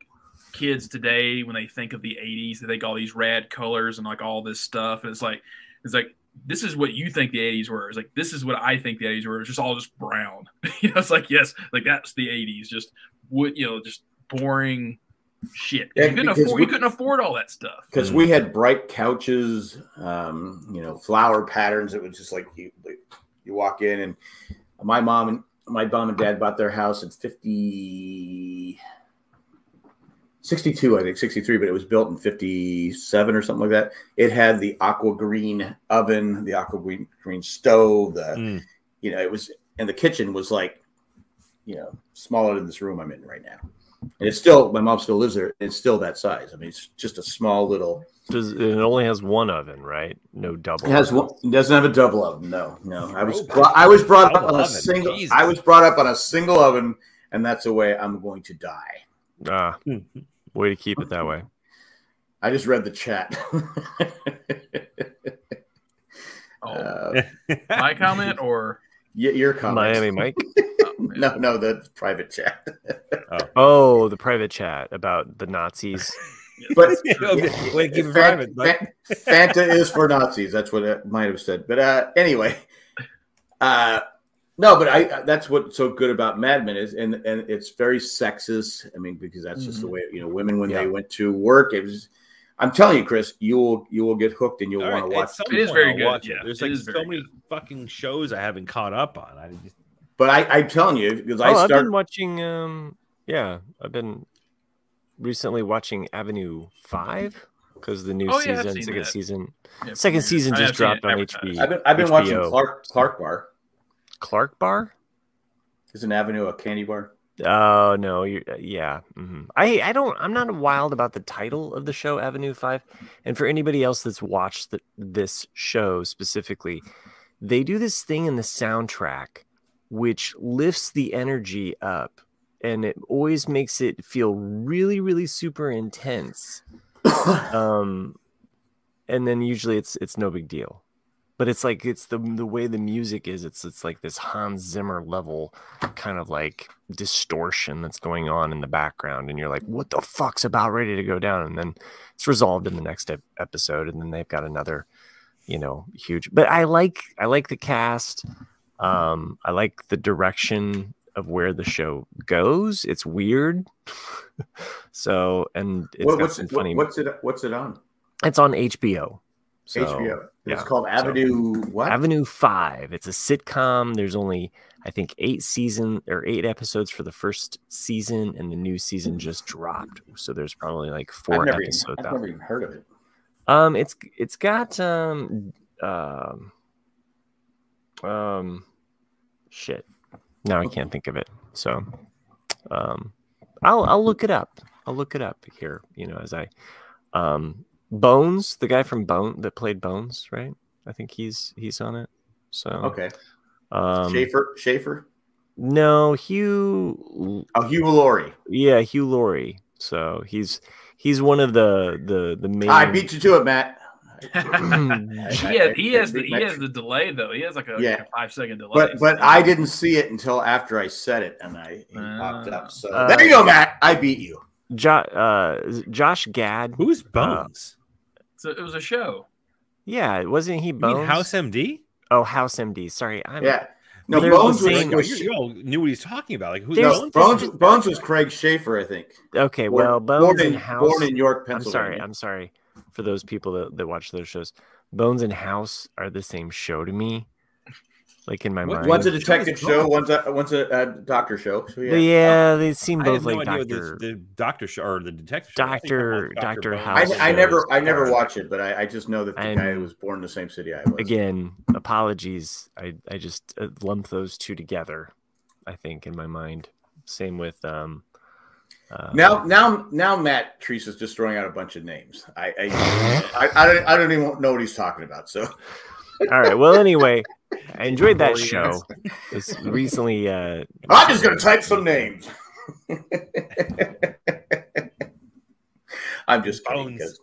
kids today when they think of the 80s they think all these rad colors and like all this stuff and it's like it's like this is what you think the 80s were it's like this is what i think the 80s were it's just all just brown you know it's like yes like that's the 80s just what you know just boring shit Yeah, you, couldn't because afford, we- you couldn't afford all that stuff because we had bright couches, um, you know, flower patterns. It was just like you, like, you walk in, and my mom and my mom and dad bought their house in 50, 62, I think 63, but it was built in 57 or something like that. It had the aqua green oven, the aqua green, green stove, the, Mm. you know, it was, and the kitchen was like, you know, smaller than this room I'm in right now. And it's still, my mom still lives there. and It's still that size. I mean, it's just a small little, Does it only has one oven, right? No double. It has oven. one. It doesn't have a double oven. No, no. I was Double I was brought up oven, on a single. Jesus. I was brought up on a single oven, and that's the way I'm going to die. Ah, Hmm. Mhm. way to keep it that way. I just read the chat. oh, uh, my comment or y- your comments. Miami Mike. oh, man. No, no, the private chat. Oh, the private chat about the Nazis. But Okay, Wait, keep it Fan- private. but- Fan- Fanta is for Nazis. That's what I might have said. But uh, anyway, uh, no, but I uh, that's what's so good about Mad Men is, and and it's very sexist. I mean, because that's just the Mm-hmm. way you know women when they Yeah. went to work. It was. I'm telling you, Chris, you will you will get hooked and you'll All want right, to at watch. some It is point very I'll good, watch it. yeah, There's it like is so very many fucking shows I haven't caught up on. I just, But I, I'm telling you, because I oh, I've start. been watching. Um, yeah, I've been recently watching Avenue Five. because the new Oh, yeah, I've season, seen second that. season, Yeah, second yeah. season I just have seen it dropped on advertised. I've HBO. been I've been watching HBO. Clark Clark Bar. Clark Bar. Is an avenue a candy bar? Oh no, you're, uh, yeah. mhm. I I don't. I'm not wild about the title of the show, Avenue Five. And for anybody else that's watched the, this show specifically, they do this thing in the soundtrack, which lifts the energy up, and it always makes it feel really, really super intense. um, and then usually it's it's no big deal, but it's like it's the the way the music is. It's it's like this Hans Zimmer level kind of like distortion that's going on in the background and you're like what the fuck's about ready to go down and then it's resolved in the next ep- episode and then they've got another you know huge but i like i like the cast um i like the direction of where the show goes it's weird so and it's What- got what's some it, funny what's it what's it on? it's on hbo so HBO. And It's yeah, called so- Avenue what? Avenue Five. It's a sitcom. There's only I think eight season or eight episodes for the first season, and the new season just dropped. So there's probably like I've four never, even, episodes I've out. never even heard of it. Um, it's it's got um um um shit. Now I can't think of it. So um, I'll I'll look it up. I'll look it up here. You know, as I um Bones, the guy from Bone that played Bones, right? I think he's he's on it. So Okay. um, Schaefer Schaefer. No, Hugh. Oh, Hugh Laurie. Yeah, Hugh Laurie. So he's he's one of the the the main. I beat you to it, Matt. He has, he has the he has the delay though. He has like a, Yeah. five second delay. But but I didn't see it until after I said it, and I he popped Uh, up. So uh, there you go, Matt. I beat you. jo- uh, Josh Gad. Who's Bones? So it was a show. Yeah, wasn't he you Bones? mean House MD? Oh, House MD. Sorry, I'm. Yeah. No, They're the Bones was, same- you, was- you all knew what he's talking about. Like who's There's- no, Bones? Bones, Bones was Craig Schaefer, I think. Okay, Born- well, Bones born and in, House. born in York, I'm sorry. Pennsylvania. I'm sorry for those people that, that watch those shows. Bones and House are the same show to me. Like in my What- mind. One's a Show is detective show, Bones. one's a one's a uh, doctor show. So yeah. They- yeah, they seem I both had no like idea what Doctor. this, the doctor show or the detective show. I think I Dr. watched Dr. Dr. Bones. House. I, I shows. never I never Yeah. watch it, but I, I just know that the I'm- guy was born in the same city I was. again apologies i i just uh, lump those two together i think in my mind same with um uh, Now, now, now, Matt Treese is just throwing out a bunch of names. I, I, I, I don't, I don't even know what he's talking about. So, all right well anyway i enjoyed that show it's recently uh I'm just going to type some names. I'm just kidding. Bones. 'cause-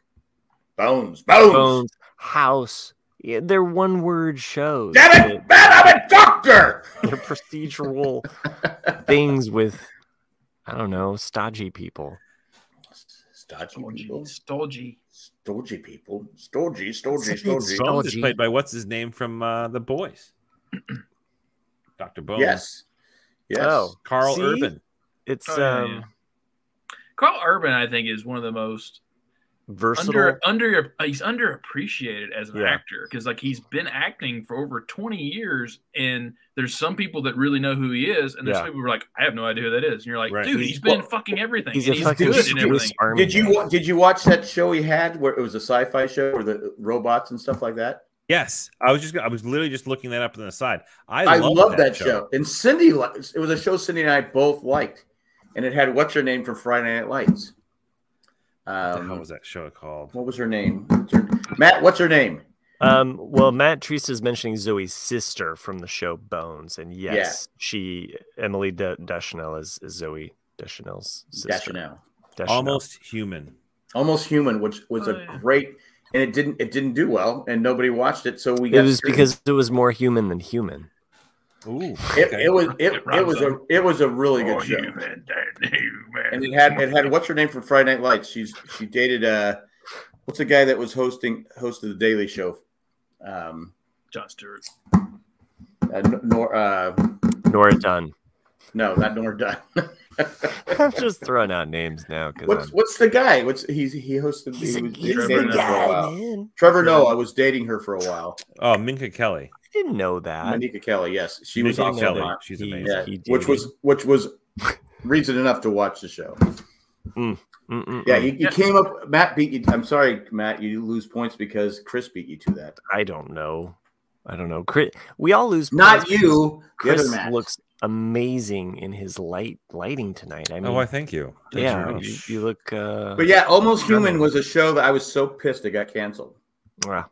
Bones, bones, bones house yeah, they're one word shows Damn it, Matt! I'm a doctor. they're procedural things with i don't know stodgy people Stodgy Stodgy. people, Stodgy. stodgy people, stodgy, Bones stodgy, is stodgy. Stodgy. played by what's his name from uh, The Boys? Dr. Bones. Yes, yes. Oh. Carl See? Urban. it's Oh, yeah, um yeah. Carl Urban, I think, is one of the most versatile under under he's underappreciated as an Yeah. actor because like he's been acting for over 20 years and there's some people that really know who he is and there's Yeah. people who are like I have no idea who that is and you're like Right. dude He's- he's been well, fucking everything he's a and uh, he's fucking good in Swiss everything army Did you knife. wa- did you watch that show he had where it was a sci-fi show where the robots and stuff like that? Yes. I was just gonna- I was literally just looking that up on the side. I, I, love, that, show. And Cindy, li- it was a show Cindy and I both liked, and it had what's her name from Friday Night Lights. What Um, the hell was that show called? what was her name? What's her- Matt, what's her name? Um, well, Matt Treese is mentioning Zoe's sister from the show Bones, and Yeah. yes, she Emily D- Deschanel is, is Zoe Deschanel's sister. Deschanel. Deschanel. Almost Human. Almost Human, which was Oh, a yeah. great, and it didn't it didn't do well, and nobody watched it. So we It got was screwed. because it was more human than human. Ooh. it, it was it, It it was a rhymes, it was a really good Oh, show. you man, damn you, man. And it had it had what's her name from Friday Night Lights? She's she dated uh what's the guy that was hosting hosted the Daily Show? Um John Stewart uh, nor uh Nora Dunn. no, not Nor Dunn. I'm just throwing out names now because what's what's the guy? What's he's he hosted he's he a, was he's Trevor a dating Noah. her guy, for a while. man. Trevor Noah was dating her for a while. Oh, Minka Kelly. I didn't know that. Monika Kelly, yes, she was Minka also Kelly. on, She's He- amazing. yeah, He which dated- was which was reason enough to watch the show. Mm-mm-mm. Yeah, you, you Yeah. came up. Matt beat you. I'm sorry, Matt. You lose points because Chris beat you to that. I don't know. I don't know. Chris, we all lose. Not points because you. The other Chris Matt. looks amazing in his light lighting tonight. I mean, Oh, I thank you. Thank yeah, you. you, you look. Uh, But yeah, Almost Human was a show that I was so pissed it got canceled. ah.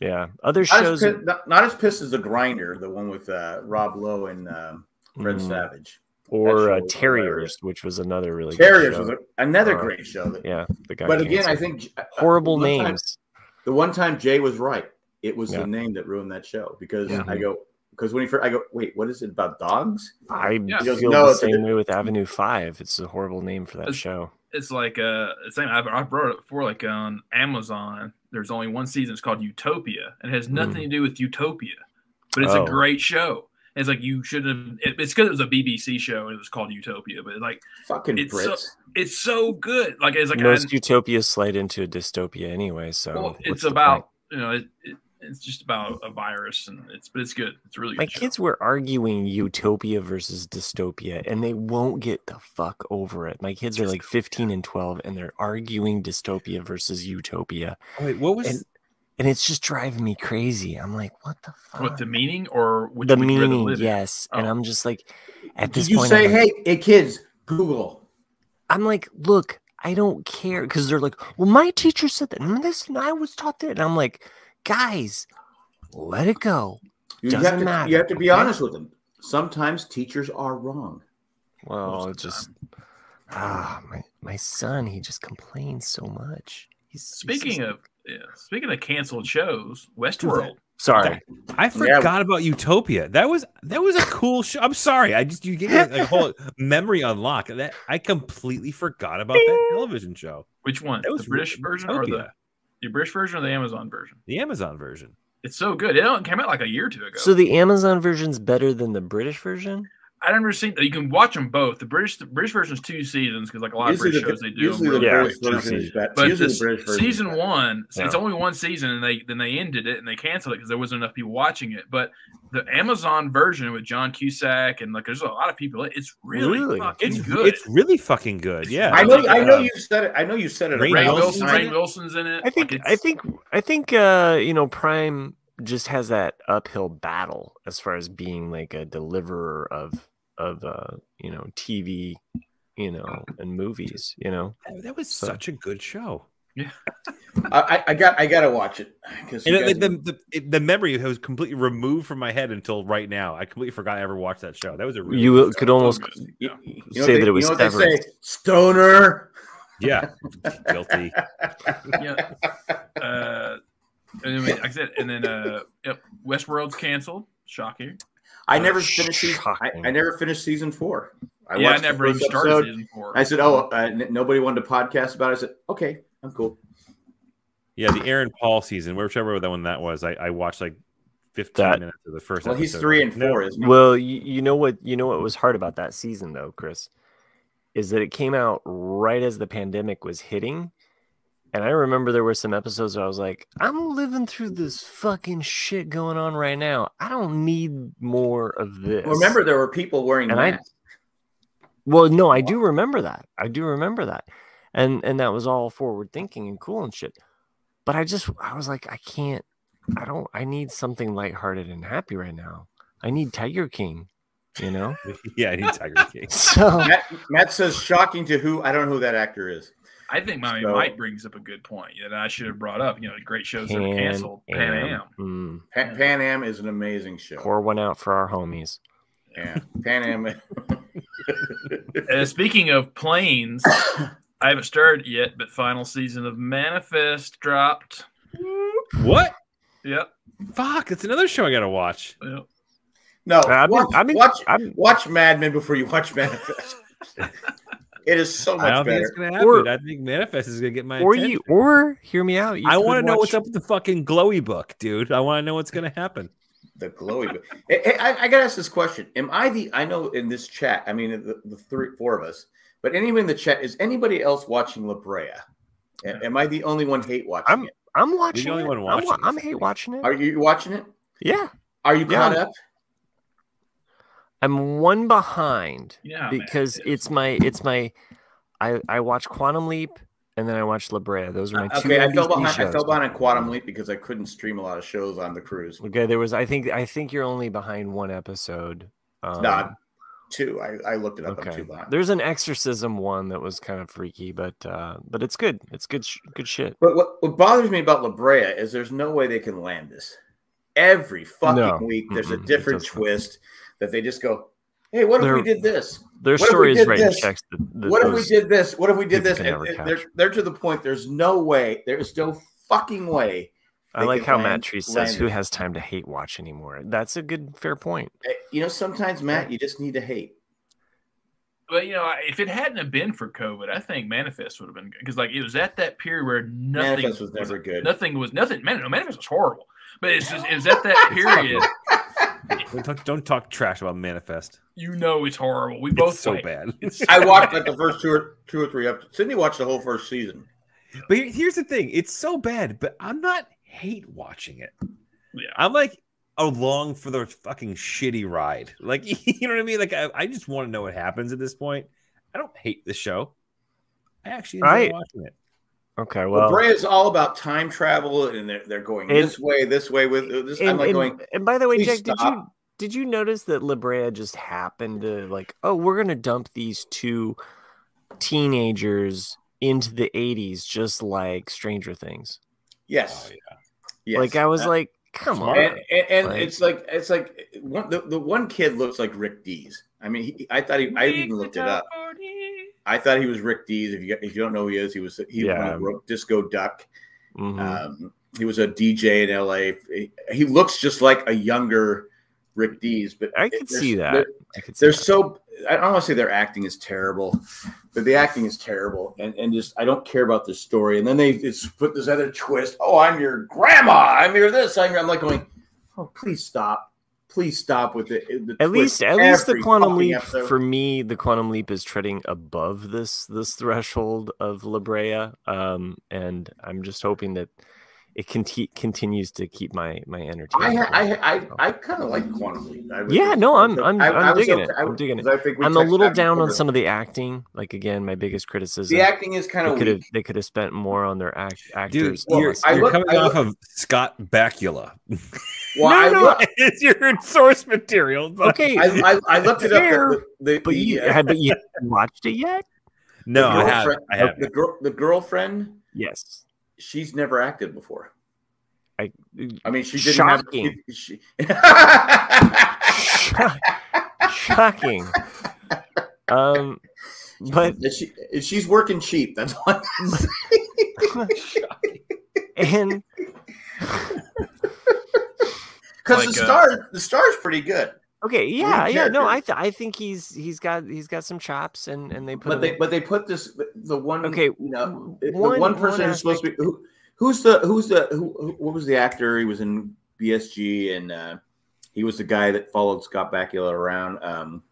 yeah. Other Not as, shows. pissed, not, not as pissed as The Grinder, the one with uh, Rob Lowe and uh, Fred mm, Savage. or show uh, was Terriers, hilarious. which was another really Terriers good was show. a, another Uh, great show. That, yeah, the guy. but again, I think J- uh, horrible one time- names. the one time Jay was right. It was Yeah. the name that ruined that show because Yeah. I go because when he first I go wait what is it about dogs? I Yeah. feel No, the it's a same bit- way with Avenue Five. It's a horrible name for that show. it's like uh the same I've, I've brought it before like on amazon there's only one season it's called utopia and it has nothing to do with utopia but it's Hmm. Oh. a great show And it's like you shouldn't have it, it's because it was a bbc show and it was called utopia but like Fucking It's uh, Brits. so- it's so good like it's like Most I- utopias slide into a dystopia anyway. So well, what's it's the point? about you know it, it, it's just about a virus and it's but it's good it's a really good My show. kids were arguing utopia versus dystopia, and they won't get the fuck over it. My kids are like 15 and 12, and they're arguing dystopia versus utopia. Oh, wait, what was? And, and it's just driving me crazy. I'm like, what the fuck? what the meaning or which The would you rather meaning, live in? yes. And Oh. I'm just like, at this Did you point, say I'm, like, hey hey kids Google? I'm like, look, I don't care. Because they're like, well, my teacher said that, and this, and I was taught that. And I'm like, guys, let it go. You Doesn't have to matter, you have to be okay? honest with them. Sometimes teachers are wrong. Well, Most it of the time. Oh, just ah, my my son, he just complains so much. He's he's speaking just- of yeah, speaking of canceled shows that. westworld sorry, I forgot about Utopia. That was that was a cool show. I'm sorry. I just you gave me like a whole memory unlock. That I completely forgot about that television show. which one That was the british really version or the Utopia. the british version or the amazon version The Amazon version. It's so good. It only came out like a year or two ago. so the Amazon version's better than the British version. I never seen. You can watch them both. The British, the British version's two seasons because like a lot of Usually British the, shows they do. 'em usually the really Yeah. British quick. version is bad. But usually this the British version is season bad. one, so it's Yeah. only one season, and they then they ended it and they canceled it because there wasn't enough people watching it. But the Amazon version with John Cusack and like there's a lot of people. It's really, Really? fucking It's good. it's really fucking good. Yeah. I know I know Uh, you said it. I know you said it. Rain around Ray Rainn this Wilson, Wilson's time. Ray Wilson's in it. I think Like, it's- I think I think uh you know Prime just has that uphill battle as far as being like a deliverer of of uh you know TV you know and movies you know that- That was So- such a good show. I, I- I got I gotta watch it because And it, the, the, it- the memory was completely removed from my head until right now. I completely forgot I ever watched that show. That was a really good you show. could almost good. you, Yeah. you know Say what that they- it was you know what they severed. say stoner. yeah guilty. yeah. Uh, and then, like I said, and then uh, yep, Westworld's canceled. Shocking. I never Sh- finished. Season, I, shocking. I never finished season four. I yeah, I watched the never even first started episode. season four. I said, "Oh, uh, n- nobody wanted to podcast about." it. I said, "Okay, I'm cool." Yeah, the Aaron Paul season, whichever that one that was, I, I watched like 15 That- minutes of the first Well, he's episode. three and No, four, isn't he? Well, you, you know what you know what was hard about that season though, Chris, is that it came out right as the pandemic was hitting. And I remember there were some episodes where I was like, I'm living through this fucking shit going on right now. I don't need more of this. Well, remember, there were people wearing And I- masks. Well, no, I do remember that. I do remember that. And and that was all forward thinking and cool and shit. But I just I was like, I can't I don't I need something lighthearted and happy right now. I need Tiger King, you know? Yeah, I need Tiger King. So Matt, Matt says, "Shocking to who? I don't know who that actor is." I think Miami So- Mike brings up a good point that I should have brought up. You know, great shows that are canceled. Pan Am. Mm, Pa- Pan Am is an amazing show. pour one out for our homies. Yeah, Pan Am. Uh, speaking of planes, I haven't started yet, but final season of Manifest dropped. What? Yep. Fuck, it's another show I gotta watch. yep. No, I've been- watch, I've been- watch, I'm, watch Mad Men before you watch Manifest. it is so I don't much think it's better. gonna happen. Or- I think Manifest is gonna get my or attention. you or hear me out. you I could want to know what's watch- up with the fucking glowy book, dude. I want to know what's gonna happen. The glowy. bo- Hey, hey, I, I gotta ask this question: Am I the? I know in this chat. I mean, the, the three, four of us, but anyone in the chat is anybody else watching La Brea? A- Am I the only one hate watching it? I'm watching. only it. one I'm watching wa- this. I'm, hate watching it. Are you watching it? yeah, Are you caught Yeah. up? I'm one behind Yeah. man. because it's my it's my I I watch Quantum Leap and then I watch La Brea. Those are my two. Uh, Okay, I fell NBC behind. I shows. fell behind on Quantum Leap because I couldn't stream a lot of shows on the cruise. Okay, there was. I think I think you're only behind one episode. Um, Not two. I, I looked it up. I'm Okay. too behind. There's an exorcism one that was kind of freaky, but uh, but it's good. It's good. Sh- good shit. But what, what bothers me about La Brea is there's no way they can land this. Every fucking No. week, there's Mm-mm, a it different doesn't. twist that they just go, "Hey, what if we They're- did this? What Their if we story is did writing this? checks. That, that What if we those- did this? What if we did people this?" can And never it- catch. they're they're to the point. There's no way. There is no fucking way. I they like can how land- Matt Tree says, land "Who it." has time to hate watch anymore?" That's a good, fair point. Eh, You know, sometimes Matt, you just need to hate. But you know, I- if it hadn't have been for COVID, I think Manifest would have been good because like it was at that period where nothing Manifest was never good. Nothing was nothing. Man, no, Manifest was horrible. But it's just it was at that period. Don't talk, don't talk trash about Manifest. You know, it's horrible. We both It's so like- bad. It's I watched like the first two or two or three episodes. Sydney watched the whole first season. But here- here's the thing: it's so bad, but I'm not hate watching it. Yeah. I'm like along for the fucking shitty ride. Like, you know what I mean? Like, I, I just want to know what happens at this point. I don't hate the show. I actually enjoy Right. watching it. Okay, Well, well, Brea is all about time travel, and they're they're going And- this way, this way with uh, this. I'm and, like and- going. and by the way, "Please Jack, did you stop." did you notice that La Brea just happened to like, oh, we're gonna dump these two teenagers into the '80s, just like Stranger Things. Yes. Oh, Yes. Like I was Uh, like, come on, Smart. and, and, and Like- it's like it's like one, the, the one kid looks like Rick Dees. I mean, he, I thought he, I even looked it up. I thought he was Rick Dees. If you if you don't know who he is, he was he Yeah. wrote Disco Duck. Mhm. Um, he was a DJ in L.A. He, he looks just like a younger Rick Dees. But I it- could there's- see that. there- I could see they're that. so I don't want to say their acting is terrible, but the acting is terrible, and and just I don't care about this story. And then they just put this other twist. Oh, I'm your grandma. I'm your this. I'm, your, I'm like going. Oh, please stop. Please stop with it. the at twist least at least the every quantum fucking leap episode. for me the quantum leap is treading above this this threshold of La Brea um and I'm just hoping that it conti- continues to keep my my I entertainment. ha- I level. ha- I, I kind of like Quantum Leap. I was- Oh. Yeah, no, I'm- I'm- I'm was digging okay- it. I'm digging it. 'cause I think we I'm a touched little that down on before. some of the acting. Like again, my biggest criticism. The acting is kind they of could have weak. they could have spent more on their act Dude, actors. Well, you're, I you're look- coming I off of Scott Bakula. Well, I, No, no, look- it's your source material. but- okay, I, I, I looked it Fair, up. The, the, but you the, uh, had but you haven't watched it yet? No, I girlfriend- have. I have. the girl, the girlfriend. Yes. she's never acted before. I I mean, she didn't have. Shocking. She, she- shocking. Um but she, she's working cheap. That's why. and Because Like, the uh, star, the star's pretty good. okay, yeah, Lead yeah. No, I character. th- I think he's he's got he's got some chops, and and they put. But him they, in- but they put this the one. Okay, you know, the one- one, person one who's supposed to be who, who's the who's the who, who- what was the actor? He was in BSG, and uh, he was the guy that followed Scott Bakula around. Um,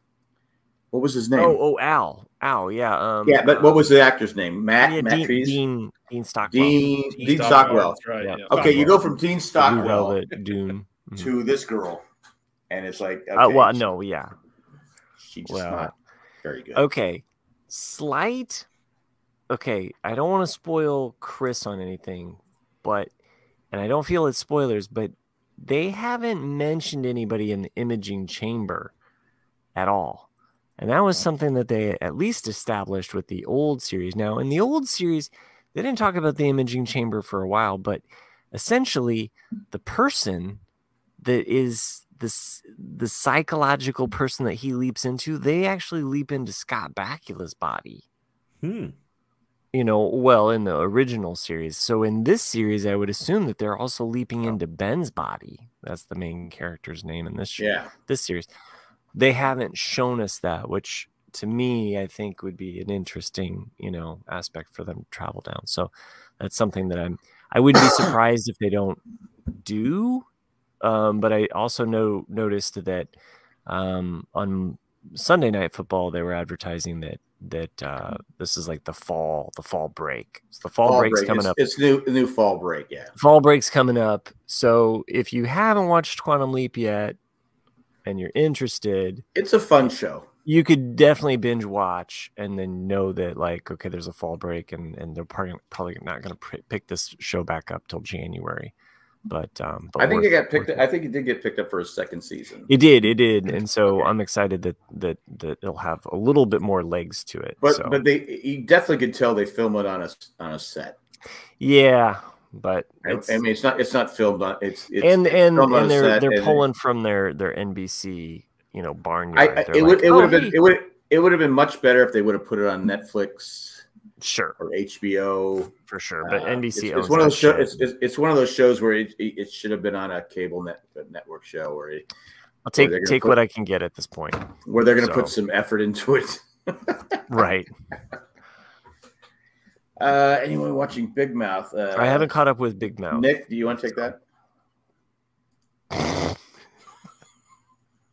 what was his name? oh oh Al Al yeah um yeah, but what was the actor's name? Matt yeah, Matt Dean, Trees? Dean Dean Stockwell. Dean, Dean, Stockwell. That's right. Yeah. yeah. Okay, you go from Dean the Blue Stockwell Velvet Doom. Mhm. to this girl, and it's like, okay, Uh, well, no, yeah, she's just well. not very good. okay, slight. Okay, I don't want to spoil Chris on anything, but and I don't feel it's spoilers, but they haven't mentioned anybody in the imaging chamber at all. And that was something that they at least established with the old series. Now, in the old series, they didn't talk about the imaging chamber for a while, but essentially, the person that is this the psychological person that he leaps into, they actually leap into Scott Bakula's body Oh. Hmm. you know, well, in the original series. So in this series, I would assume that they're also leaping into Ben's body. That's the main character's name in this sh- Yeah, this series. They haven't shown us that, which to me, I think would be an interesting, you know, aspect for them to travel down. So that's something that I'm I would be surprised if they don't do. Um, but I also know noticed that um, on Sunday night football they were advertising that that uh, this is like the fall the fall break. So the fall, break's coming it's, up. It's new, new fall break. Yeah, Fall break's coming up. So if you haven't watched Quantum Leap yet and you're interested, it's a fun show. you could definitely binge watch and then know that like okay there's a fall break and and they're probably probably not going to pr- pick this show back up till january but um but I think worth- it got picked. worth I think it did get picked up for a second season. it did it did and so i'm excited that that that it'll have a little bit more legs to it But so. but they you definitely could tell they film it on a on a set. yeah but I, it's, I mean, it's not it's not filmed on it's, it's and and, filmed on and a they're set they're and- pulling from their their nbc you know barnyard I, I- They're it would like, it "Oh, would have been hey." it would it would have been much better if they would have put it on Netflix sure or HBO. for sure but Uh, nbc it's, owns it's one of that those show, show. it's, it's it's one of those shows where it, it it should have been on a cable net network show or a i'll take they're gonna take put- what i can get at this point where they're going to So- put some effort into it. right Uh, anyone watching Big Mouth? Uh, i haven't caught up with big mouth Nick, do you want to take that?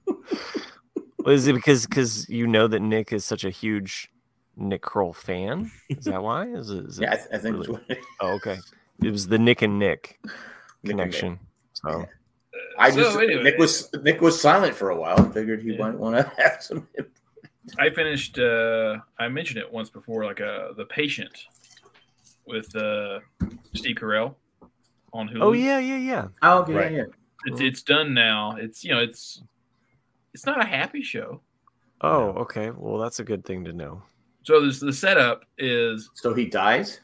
Well, Is it because because you know that Nick is such a huge Nick Kroll fan? Is that why? Is it, is it Yeah, I, th- I think it's really- what- Nick oh, okay. It was the Nick and Nick and connection. So Nick. I So just anyway. Nick was Nick was silent for a while. I Figured he Yeah. might want to have some. I finished. Uh, I mentioned it once before, like uh, the patient with uh, Steve Carell on Hulu. oh yeah yeah yeah Oh, okay, yeah, Right. yeah, it's, it's done now. It's you know it's it's not a happy show. oh okay well that's a good thing to know. So this the setup is So he dies.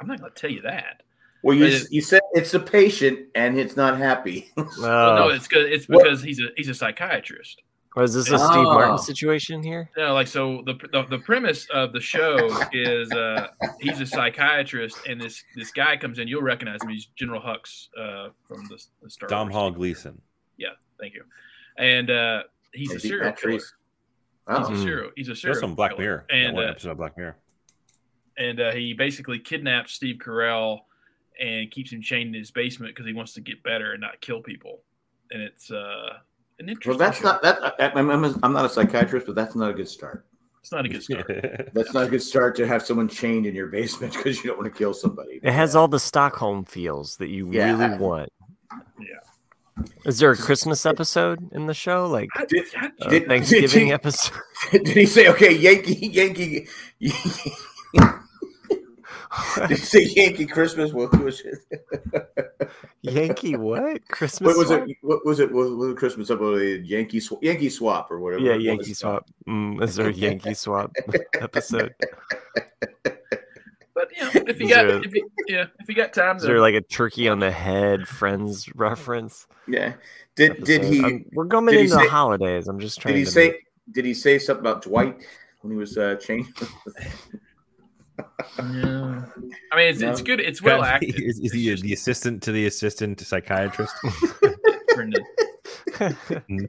I'm not going to tell you that. Well, you But s- it- you said it's a patient and it's not happy. Well, no, Oh, it's good. It's What- because he's a he's a psychiatrist. is this a Steve Oh. Martin situation here? No, like so the, the the premise of the show is uh he's a psychiatrist and this this guy comes in. You'll recognize him. He's General Hux uh, from the, the Star Dom Wars. Hall Gleason. Thank you. And uh, he's a Maybe serial killer. Patrice. He's Oh, a Mm. serial. He's a serial. Hmm. There's some Black killer. Mirror. that And one uh, episode of Black Mirror. and uh, he basically kidnaps Steve Carell and keeps him chained in his basement because he wants to get better and not kill people. And it's uh, an interesting. well, that's show. not that. I, I'm, I'm- I'm not a psychiatrist, but that's not a good start. It's not a good start. That's not a good start to have someone chained in your basement because you don't want to kill somebody. It has all the Stockholm feels that you Yeah. really want. Yeah. Is there a Christmas episode in the show? Like I, Did- I- a did- Thanksgiving did- episode? Did he say, "Okay, Yankee, Yankee"? Did he say Yankee Christmas? What was it? Yankee what? Christmas? What was swap? it? What was it? What was it Christmas episode? Yankee sw- Yankee Swap or whatever. Yeah, it was. Yankee swap. Mm, is there a Yankee swap episode? but you know, if you Is got, there- if you, yeah, if you got time, Is to- there like a turkey on the head Friends reference? Yeah. Did did episode? he I'm- we're going did he into the say- holidays. I'm just trying. did he to say make- did he say something about Dwight when he was uh, changed? Yeah. I mean, it's, No. it's good. It's well acted. Is, is It's he just the assistant to the assistant psychiatrist? Brendan. Mm.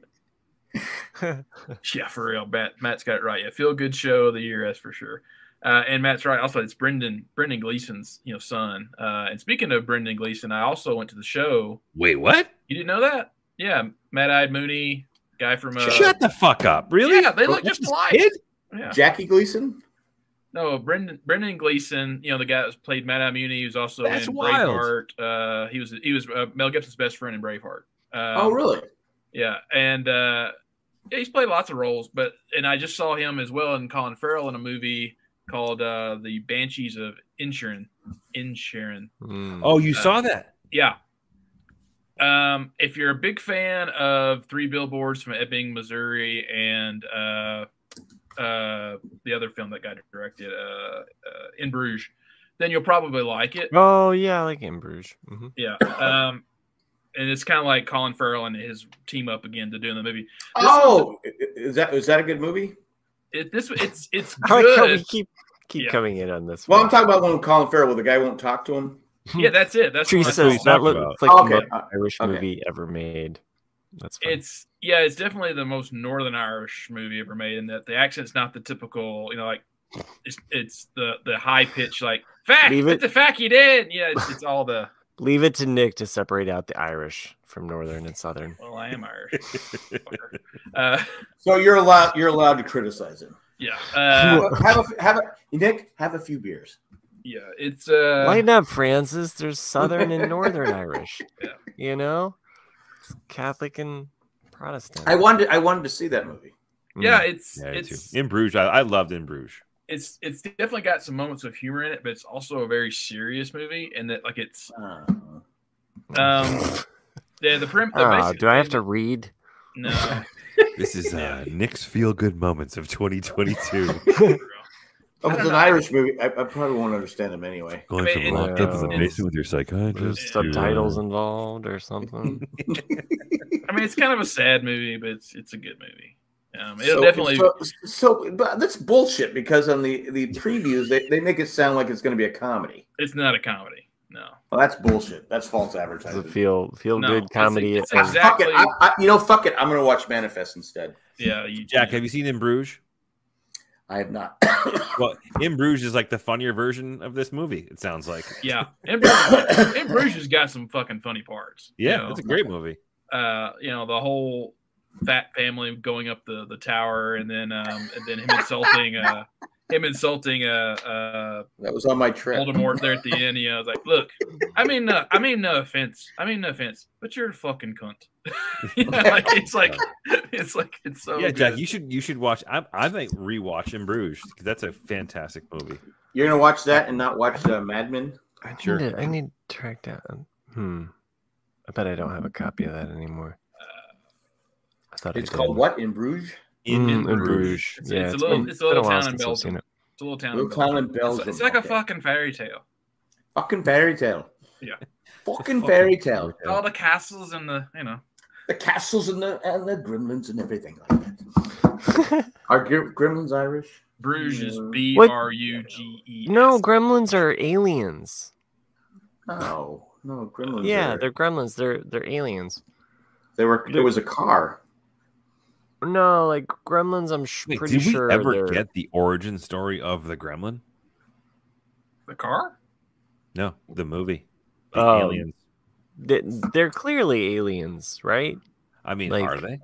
Yeah, for real. Matt, Matt's got it right. Yeah, feel good show of the year, that's for sure. Uh, and Matt's right. Also, it's Brendan Brendan Gleason's you know son. Uh, and speaking of Brendan Gleason, I also went to the show. Wait, what? You didn't know that? Yeah, Matt Eyed Mooney, guy from uh, Shut the fuck up! Really? Yeah, they look That's just his alike. kid? Yeah. Jackie Gleason. No, Brendan Brendan Gleason, you know the guy that played Matt Eyed Mooney, who's also That's in wild. Braveheart. Uh, he was he was uh, Mel Gibson's best friend in Braveheart. Um, oh, really? Yeah, and uh, yeah, he's played lots of roles, but and I just saw him as well in Colin Farrell in a movie called uh, "The Banshees of Inisherin." Inisherin, Mm. Oh, you Uh, saw that? yeah. Um, if you're a big fan of Three Billboards from Ebbing, Missouri, and uh, uh, the other film that got directed, uh, uh, In Bruges, then you'll probably like it. Oh, yeah, I like in Bruges. Mhm. Yeah. Um, and it's kind of like Colin Farrell and his team up again to do in the movie. Oh, is that is that a good movie? It, this it's it's I like how we good. keep keep Yeah. coming in on this. Well, I'm one. talking about one with Colin Farrell. where The guy won't talk to him. Yeah, that's it. That's Tree what I says thought. that talking looks about. like the okay, most uh, Irish okay. movie ever made. That's funny. it's yeah, it's definitely the most Northern Irish movie ever made, in that the accent's not the typical, you know, like it's it's the the high pitch like fact, Leave what it- the fact you did. Yeah, it's, it's all the Leave it to Nick to separate out the Irish from Northern and Southern. well, I am Irish. fucker. uh, so you're allowed you're allowed to criticize him. yeah, uh, have a have a Nick have a few beers. yeah, it's uh, Lighten up, Francis. There's Southern and Northern Irish. Yeah. You know, Catholic and Protestant. Hmm. I wanted I wanted to see that movie. Yeah, it's Yeah, I do it's too. In Bruges, I, I loved In Bruges. it's it's definitely got some moments of humor in it, but it's also a very serious movie, and that like it's Uh, um the the prim. the oh, basic do I have to thing- read? No. This is uh, Nick's feel good moments of 2022. oh, don't it's an know, I- Irish movie. I, I probably won't understand him anyway. Going I mean, from it- locked up in the it's- basement with your There's psychiatrist. subtitles to, uh, involved or something. I mean, it's kind of a sad movie, but it's it's a good movie. Um, it'll So- definitely. So, so, but that's bullshit because on the the previews they, they make it sound like it's going to be a comedy. it's not a comedy. No. Well, that's bullshit. That's false It's a advertising. feel feel No, good it's- comedy. it's and- exact- Fuck it. I, Exactly. I, you know, fuck it. I'm going to watch Manifest instead. Yeah. You, Jack, have you seen In Bruges? I have not. Well, In Bruges is like the funnier version of this movie. It sounds like. Yeah. And Bruges, and Bruges has got some fucking funny parts. you Yeah, know? it's a great movie. uh, you know, the whole fat family going up the, the tower, and then um, and then him insulting uh, him insulting uh, uh, that was on my trip. Voldemort there at the end. You know, I was like, look, I mean, no, I mean, no offense, I mean, no offense, but you're a fucking cunt. You know, like, it's like, it's like, it's so. yeah, Jack, good. you should you should watch. I, I might rewatch In Bruges 'cause that's a fantastic movie. You're going to watch that and not watch uh, Mad Men? I need Sure. to, I need to track down. Hmm. I bet I don't have a copy of that anymore. I thought I It's did. called what in Bruges? In, Mm, in Bruges. It's- Yeah, it's a it's little- been- it's a little been while town in since I've seen it. it's a little town. in Little Belgium. Town in It's, Belgium. it's like a Okay. fucking fairy tale. fucking fairy tale. Yeah. Fucking fairy tale. All the castles and the, you know, The castles and the and the gremlins and everything like that. Are gr- gremlins Irish? Bruges is What? B R U G E. No, gremlins are aliens. No, no gremlins. Yeah, are- they're gremlins. They're they're aliens. they were. There was a car. No, like gremlins. I'm sh- Wait, pretty did we sure. ever they're- get the origin story of the Gremlin? the car. No, the movie. The Um, aliens. they- They're clearly aliens, right? I mean, like- are they?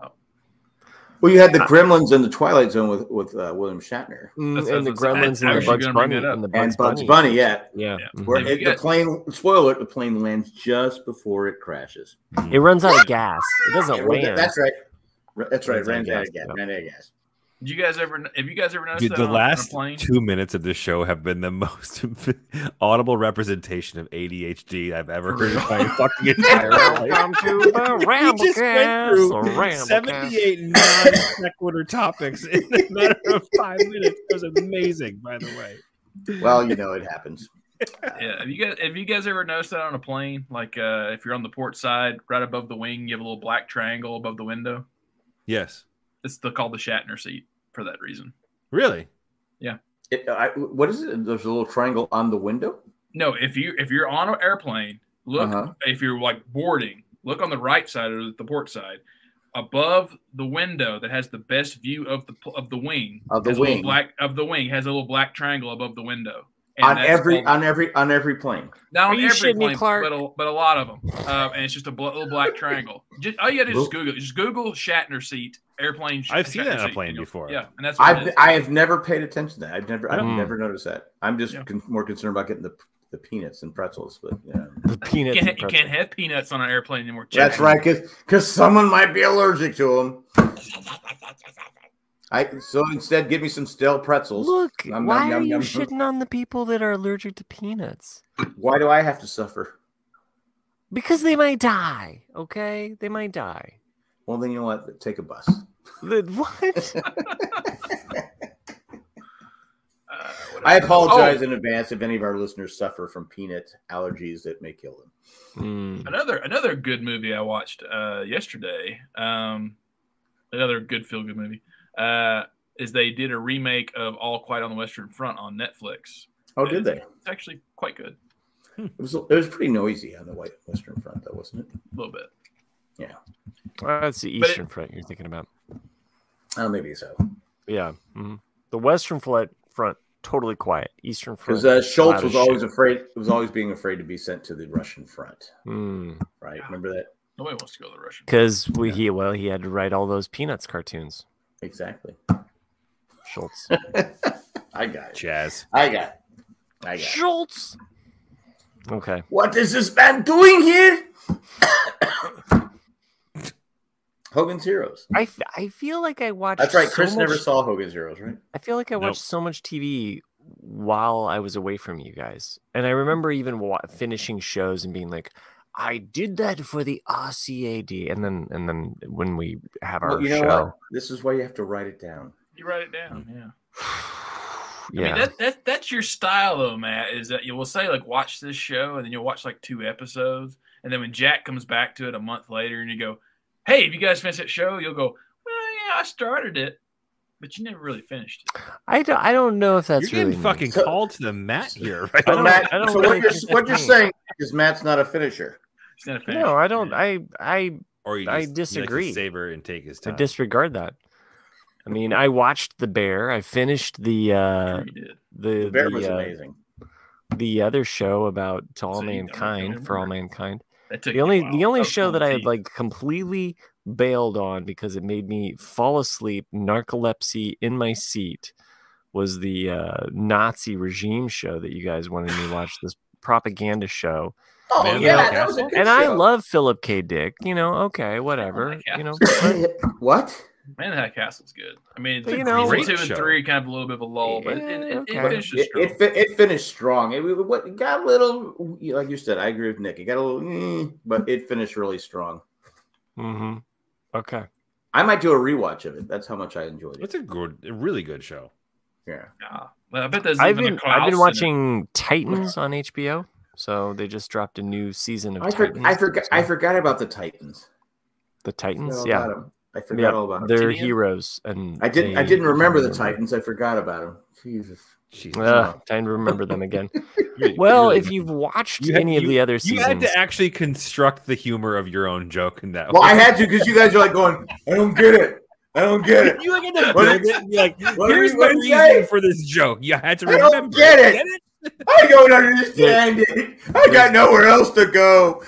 Well, you had the Uh, gremlins in the Twilight Zone with with uh, William Shatner Mm, That's- and the that's- that's- gremlins and actually the Bugs gonna bring Bunny that up. and the and Bugs, Bugs Bunny. Yeah, Yeah, Yeah. mhm. where If it, Mm-hmm. you the get- plane. Spoiler: the plane lands just before it crashes. it runs out of gas. It doesn't Yeah, well, land. that's right. Ra- That's right. Runs out of Ran out of gas, gas. yeah. Ran out of gas. Did you guys ever? Have you guys ever noticed Dude, that the on, on a last plane? two minutes of this show have been the most audible representation of ADHD I've ever heard in my fucking entire life. Welcome to the We just went Ramblecast. through Ramblecast. 78 non sequitur topics in a matter of five minutes. It was amazing, by the way. Well, you know it happens. Yeah, have you guys have you guys ever noticed that on a plane? Like uh, if you're on the port side, right above the wing, you have a little black triangle above the window. Yes. It's the, called the Shatner seat for that reason. Really? It, I, what is it? There's a little triangle on the window. No, if you if you're on an airplane, look Uh-huh. if you're like boarding, look on the right side or the port side. Above the window that has the best view of the pl- of the wing Of the has a little wing. black of the wing has a little black triangle above the window And on that's every called- on every on every plane. Not Are on you every shitting me, plane, Clark? but a, but a lot of them, uh, and it's just a bl- little black triangle. Just, all you got to do is Nope. Google, just Google Shatner seat airplane. Sh- I've seen Shatner that on a seat, plane and you'll- before. Yeah, and that's what it I've is. I have never paid attention to that. I've never I've Mm. never noticed that. I'm just Yeah. con- more concerned about getting the the peanuts and pretzels. But yeah. The you peanuts. can't, and you pretzels. can't have peanuts on an airplane anymore. that's Jack. right, because someone might be allergic to them. I so instead give me some stale pretzels. Look, Nom, nom, why nom, are you nom. shitting on the people that are allergic to peanuts? Why do I have to suffer? Because they might die. Okay, they might die. Well, then you know what? Take a bus. The- What? Uh, whatever. I apologize in advance if any of our listeners suffer from peanut allergies that may kill them. Mm. another another good movie I watched uh, yesterday. Um, another good feel good movie uh, is they did a remake of All Quiet on the Western Front on Netflix. Oh, did they? It's actually quite good, It was it was pretty noisy on the White Western Front, though, wasn't it? a little bit. Well, that's the But it- Eastern Front you're thinking about. Oh, maybe so. Yeah, mhm. the Western front, front totally quiet. Eastern front. Because uh, Schultz Loud as was always shit. afraid, was always being afraid to be sent to the Russian front, Mm. right? Remember that Nobody wants to go to the Russian. Because we he well he had to write all those peanuts cartoons. exactly. Schultz. I got it. Jazz. I got it. I got it. Schultz. Okay. What is this man doing here? Hogan's Heroes. I, f- I feel like I watched. That's right. so Chris never much- saw Hogan's Heroes, right? I feel like I Nope. watched so much TV while I was away from you guys, and I remember even wa- finishing shows and being like, "I did that for the RCAD," and then and then when we have our Well, you know show, what? This is why you have to write it down. You write it down. Yeah. I yeah, mean, that, that, that's your style, though, Matt, is that you will say, like, watch this show, and then you'll watch, like, two episodes. And then when Jack comes back to it a month later and you go, hey, have you guys finished that show? You'll go, well, yeah, I started it, but you never really finished it. I don't I don't know if that's You're really getting me. fucking So- called to the mat here, right? I don't- Matt, I don't so really what, you're, think what that's you're me. saying is Matt's not a finisher. It's not a finish. No, I don't. I I uh, Or you I just, You like disagree. to savor and take his I time. disregard that. I mean, I watched the bear. I finished the uh Sure you did. the The bear the, was uh, amazing. the other show about to all So you don't mankind for all remember. mankind. That took The you a only while. the That only was show full that I had teeth. like completely bailed on because it made me fall asleep, narcolepsy in my seat, was the uh, Nazi regime show that you guys wanted me to watch. This propaganda show, Oh Man, yeah, Matt that was a good and I show. love Philip K. Dick. You know, okay, whatever. yeah. You know, what? Man, that castle's good. I mean, But, you you know- two Great and show. three kind of a little bit of a lull, but it, it, Yeah, it okay. finishes It, strong. it, fi- it finished strong. It, it- what- it got a little, like you said, I agree with Nick. It got a little, mm, but it finished really strong. hmm okay. I might do a rewatch of it. That's how much I enjoyed it. It's a good, a really good show. Yeah. Nah. Well, I bet there's I've even been a I've Klaus in been it. watching Titans on HBO. So they just dropped a new season of I, for, Titans. I forgot. I so- forgot about the Titans. the I forgot Titans. all Yeah, about 'em. I forgot Yep, all about them. they're Tinian? heroes, and I didn't. I they- didn't remember the Titan. Titans. I forgot about them. Jesus. Jesus. Ugh, time to remember them again. Really- Well, really if you've watched You had- any of the other You seasons, had to actually construct the humor of your own joke in that. Well, way. I had to because you guys are like going. I don't get it. I don't get it. You had to What build did- it and be like, what did here's he- the what did he reason say? for this joke. You had to I don't remember. get it. Get it? I don't understand it. I got nowhere else to go.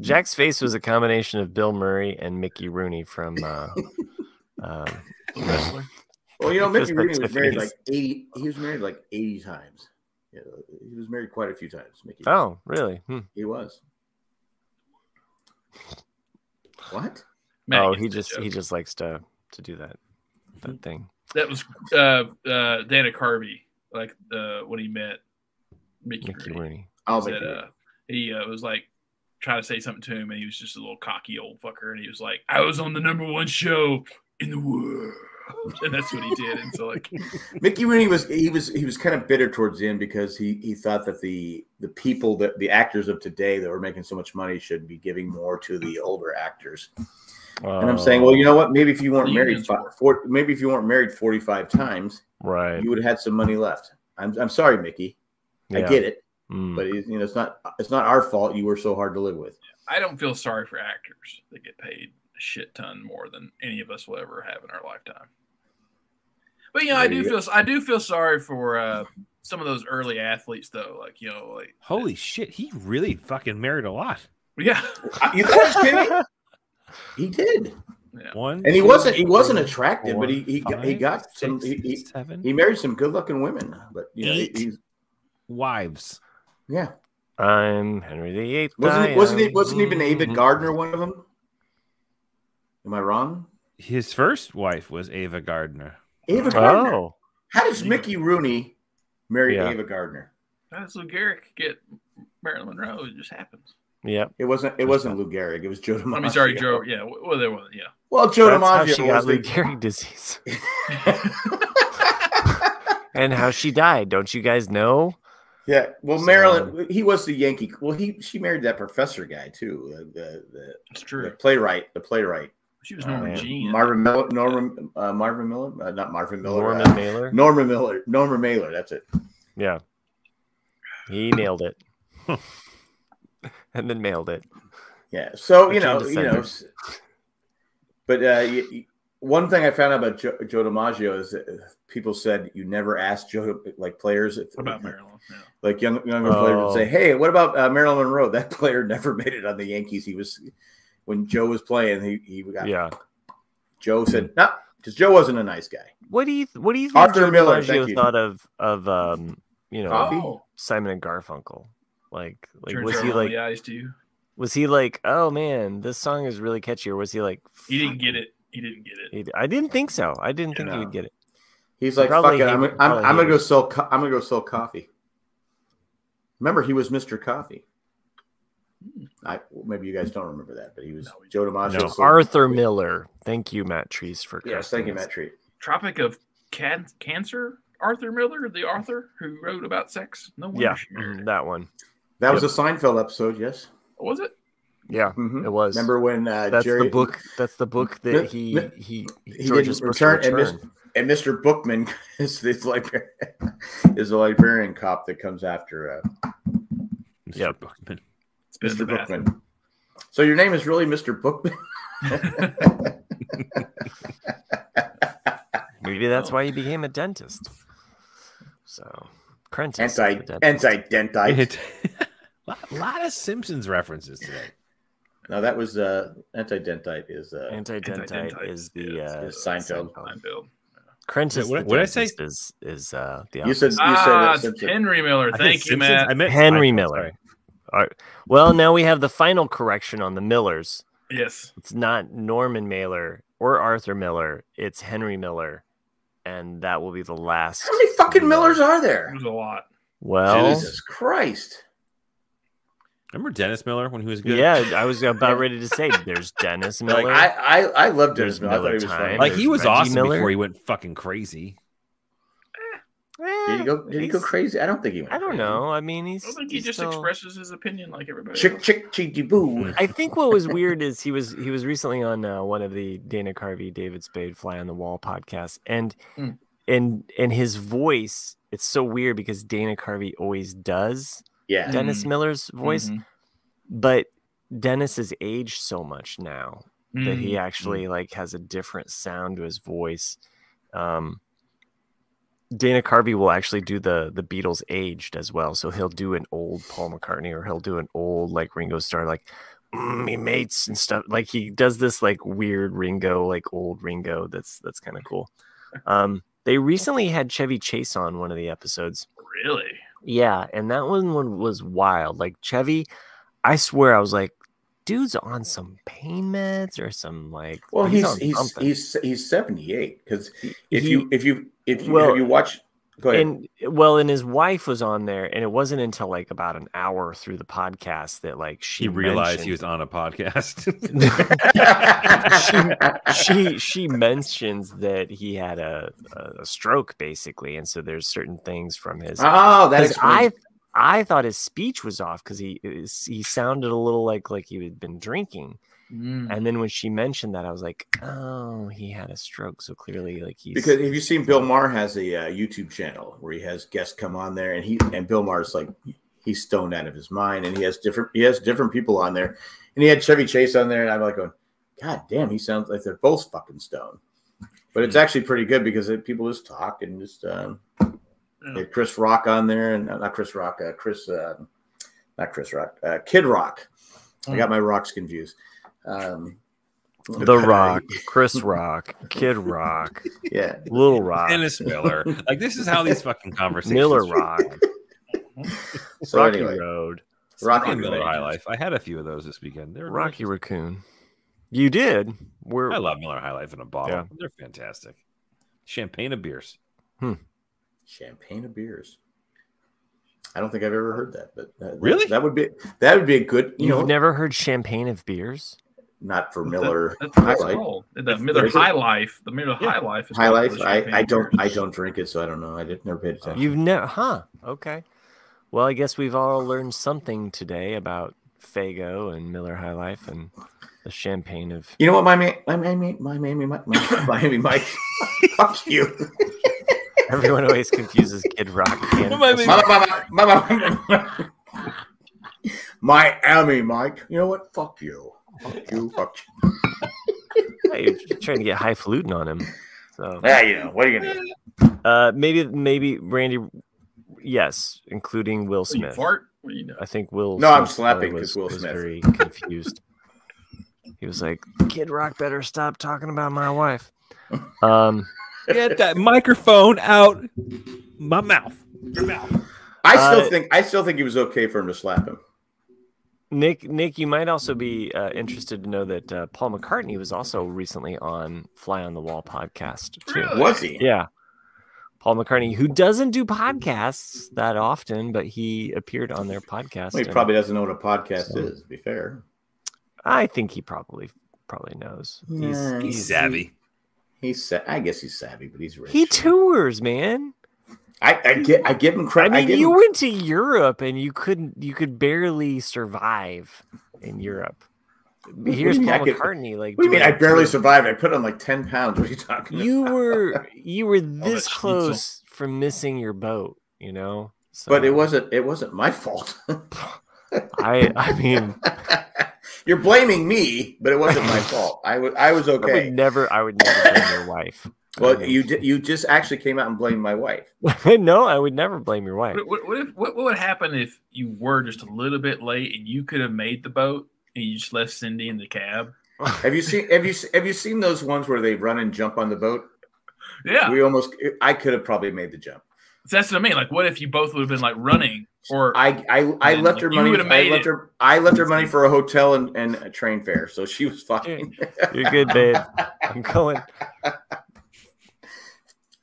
Jack's face was a combination of Bill Murray and Mickey Rooney from uh, um, Wrestler. Well, you know, Mickey Just like Rooney was married Tiffany's. like eighty. He was married like eighty times. Yeah, he was married quite a few times. Mickey. oh, really? Hmm. He was. What? Matt Oh, gets he the just joke. he just likes to to do that that thing. that was uh, uh, Dana Carvey, like uh, when he met Mickey, Mickey Rooney. Rooney. I'll Said, make it. uh, he uh, was like trying to say something to him, and he was just a little cocky old fucker, and he was like, "I was on the number one show in the world," and that's what he did. And so like, Mickey Rooney was he was he was kind of bitter towards the end because he he thought that the the people that the actors of today that were making so much money should be giving more to the older actors. And I'm saying, well, you know what? Maybe if you weren't The married, unions fi- were. four, maybe if you weren't married 45 times, Oh, right? you would have had some money left. I'm I'm sorry, Mickey. I Yeah. get it, Mm. but it, you know it's not it's not our fault. You were so hard to live with. I don't feel sorry for actors that get paid a shit ton more than any of us will ever have in our lifetime. But you know, I do There you feel I do feel sorry for uh, some of those early athletes though. Like you know, like Holy shit, he really fucking married a lot. yeah, You thought I was kidding? He did, One, and he two, wasn't he wasn't three, attractive, but he he got, he five, got some six, he, he, seven he married some good looking women, but you know, he- Eight. he's, wives. yeah. I'm Henry the Eighth. Wasn't I it, wasn't am- it wasn't even David Mhm. Gardner one of them? Am I wrong? His first wife was Ava Gardner. Ava Gardner. Oh, How does Mickey Rooney marry Yeah. Ava Gardner? How does Lou Gehrig get Marilyn Monroe? It just happens. yep. It wasn't it wasn't Lou Gehrig. It was Joe DiMaggio. I mean, sorry, Joe. Yeah, wh- well, there was. Yeah, Well, Joe That's how she DiMaggio got was Lou the, Gehrig disease. and how she died. Don't you guys know? yeah. Well, So- Marilyn, he was the Yankee. Well, he she married that professor guy too, the the, the, it's the true. playwright, the playwright Um, She was Oh, Norma man. Jean. Marvin Miller, Norman uh, Marvin Miller, uh, not Marvin Miller, Norman uh, Mailer. Norma Miller, Norma Mailer. That's it. Yeah. He nailed it. and then mailed it. Yeah. So you Return know, to you know, sender. s- but uh, you, you- one thing I found out about Joe, Joe DiMaggio is that uh, people said you never ask Joe like players, if, What about Marilyn? Yeah. like young younger players would Oh. say, "Hey, what about uh, Marilyn Monroe? That player never made it on the Yankees. He was when Joe was playing. He he got Yeah. Joe said no." Because Joe wasn't a nice guy. What do you what do you think Arthur Joe Miller, DiMaggio thank you. thought of of um you know Coffee? Oh, Simon and Garfunkel? Like like turns was out he all like the eyes to you. Was he like, oh man, this song is really catchy, or was he like, He didn't get it. He didn't get it. "Fuck, I didn't think so. I didn't think Yeah. he would get it. He's like, Probably fuck it, I'm, hate- I'm, probably I'm gonna hate go it. sell. Co- I'm gonna go sell coffee. Remember, he was Mister Coffee. Hmm. I maybe you guys don't remember that, but he was Joe DiMaggio. No. sold- Arthur Miller. Thank you, Matt Trees, for Yes, correcting thank you, us. Matt Treat. Tropic of Can- Cancer. Arthur Miller, the author who wrote about sex. No wonder Yeah, she married mhm, him. that one. That was a Seinfeld episode. Yes. Was it? Yeah, Mhm. it was. Remember when uh, that's Jerry the book. That's the book Mi- that he mi- he he George didn't is supposed to return and missed- return. and Mister Bookman is this librarian, is a librarian cop that comes after uh, Mr. Yep. Buckman. It's been in the Mister bathroom. Bookman. So your name is really Mister Bookman. Maybe Oh. that's why he became a dentist. So, Prentice. Anti anti uh, dentite. a lot of Simpsons references today. No, that was uh, anti dentite is uh, Anti-dentite Anti-dentite, is the yes, uh, is Seinfeld. Fine, Bill. Prentice. Wait, the what- what did I say? dentist Is is uh, the You said you opposite. said Ah, uh, it's Simpson. Henry Miller. I said Thank you, Simpsons, Matt. I meant Henry Seinfeld, Miller. sorry. well, now we have the final correction on the Millers. yes. It's not Norman Mailer or Arthur Miller. It's Henry Miller, and that will be the last. How many fucking Miller. Millers are there? There's a lot. Well, Jesus Christ! Remember Dennis Miller when he was good? yeah, I was about ready to say there's Dennis Miller. Like I, I, I loved There's Dennis Miller. I thought Miller he was funny. time. Like he was Reggie awesome Miller. before he went fucking crazy. Eh, did he go? Did he go he's- crazy? I don't think he went. I don't crazy. know. I mean, he's. I think he he's just still- expresses his opinion like everybody. Chick, else. chick, cheeky boo. Mm. I think what was weird is he was he was recently on uh, one of the Dana Carvey, David Spade, Fly on the Wall podcasts, and Hmm. Mm. and and his voice. It's so weird because Dana Carvey always does Yeah, Yeah. Dennis Mm. Miller's voice, Mhm. but Dennis has aged so much now that Mm. he actually like has a different sound to his voice. Um, Dana Carvey will actually do the the Beatles aged as well, so he'll do an old Paul McCartney or he'll do an old like Ringo Starr, like mm, me mates and stuff. Like he does this like weird Ringo, like old Ringo. That's that's kind of cool. Um, they recently had Chevy Chase on one of the episodes. Mm, Really? Yeah, and that one one was wild. Like Chevy, I swear I was like, dude's on some pain meds or some like. Well, he's on he's something." he's he's seventy eight. Because if He- you if you if you well, have you watch, go ahead. and well, and his wife was on there, and it wasn't until like about an hour through the podcast that like she He realized mentioned- he was on a podcast. she she mentions that he had a, a a stroke basically, and so there's certain things from his oh, that Because is I I thought his speech was off because he he sounded a little like like he had been drinking. Mm. And then when she mentioned that, I was like, "Oh, he had a stroke, so clearly, like he's Because have you seen Bill Maher has a uh, YouTube channel where he has guests come on there, and he and Bill Maher's like he's stoned out of his mind, and he has different he has different people on there, and he had Chevy Chase on there, and I'm like going, God damn, he sounds like they're both fucking stoned. But Hmm. it's actually pretty good because it, people just talk and just um, they had Chris Rock on there, and not Chris Rock, uh, Chris, uh, not Chris Rock, uh, Kid Rock. I got my rocks confused. Um, but, Hmm. the uh, Rock, Chris Rock, Kid Rock, yeah. Little Rock, Dennis Miller. Like this is how these fucking conversations. Miller Rock, So Rocky anyway, Road, Rocky Fucking Miller Road. High Life. I had a few of those this weekend. They're Rocky Raccoon. You did. We're I love Miller High Life in a bottle. Yeah. They're fantastic. Champagne of beers. Champagne of beers. I don't think I've ever heard that, but that, Really? that would be that would be a good you you've know never heard champagne of beers. not for Miller That's what High it's Life. called. The Miller Is it? High Life. The Miller High Life. Is High called Life. the I, champagne I don't I beers. don't drink it, so I don't know. I didn't never paid attention. You've never, huh? Okay. Well, I guess we've all learned something today about Fago and Miller High Life and the champagne of You know what, my man, my man, my man, my my Miami Mike. Fuck you. everyone always confuses Kid Rock and My, my, my, my, my, my- Miami Mike. You know what? Fuck you. Fuck you. Fuck you. Yeah, you're trying to get highfalutin on him. So Yeah, you know what are you gonna do? uh, maybe maybe Randy, yes, including Will What, You Smith. fart? What do you know? I think Will. No, I'm Smith's slapping brother 'cause Will was Smith. very confused. he was like, "Kid Rock, better stop talking about my wife." Um, Get that microphone out my mouth. Your mouth. I still Uh, think I still think it was okay for him to slap him. Nick, Nick, you might also be uh, interested to know that uh, Paul McCartney was also recently on Fly on the Wall podcast too. Really? Was he? Yeah, Paul McCartney, who doesn't do podcasts that often, but he appeared on their podcast. Well, he and probably doesn't know what a podcast So- is. To be fair, I think he probably probably knows. Yeah, He's, he's he's Savvy. he's sa- I guess he's savvy, but he's rich. he tours, man. I, I get. I give him I credit. I, mean, give you him- went to Europe and you couldn't, you could barely survive in Europe. What do you Here's mean I Paul could- McCartney. Like, What do you mean? I doing a barely tour. survived. I put on like ten pounds. What are you talking You about? were, you were this that schnitzel. close from missing your boat. You know, so, But it wasn't. It wasn't my fault. I, I mean, You're blaming me, but it wasn't my fault. I was. I was I would okay. never, I would never blame your wife. Well, you di- you just actually came out and blamed my wife. no, I would never blame your wife. What, what, what if what, what would happen if you were just a little bit late and you could have made the boat and you just left Cindy in the cab? Have you seen? Have you se- have you seen those ones where they run and jump on the boat? Yeah, We almost. I could have probably made the jump. So that's what I mean. Like, what if you both would have been like running or I I, I Man, left like, her you money. would've I made left it. her. I left her money for a hotel and, and a train fare, so she was fine. You're good, babe. I'm going.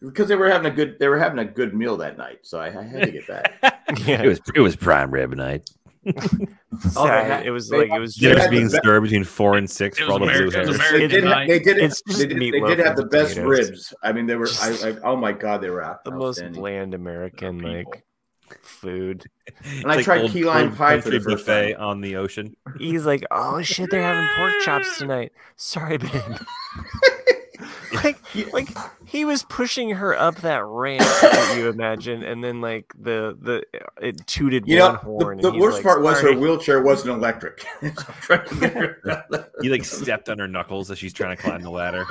because they were having a good they were having a good meal that night, so I, I had to get back. It Yeah, was it was prime rib night. Oh, they sad. had- it was they- like it was they had Dinner's just the being be- served between four and six It for was all the blue America- it hairs. was They American did, ha- night. they did It's just they did, they meatloaf did have the and best potatoes. ribs. I mean, they were. I, I, oh my god, they were out. the most outstanding. bland American people. like food. It's And I tried old key lime old pie for the country first buffet on the ocean. He's like, "Oh shit, they're having pork chops tonight." Sorry, babe. like, like he was pushing her up that ramp that you imagine, and then like the the uh, it tooted You one know, horn. the, and the he's worst like, part was her "Sorry." wheelchair wasn't electric. So I'm trying to get her out of He like stepped on her knuckles as she's trying to climb the ladder.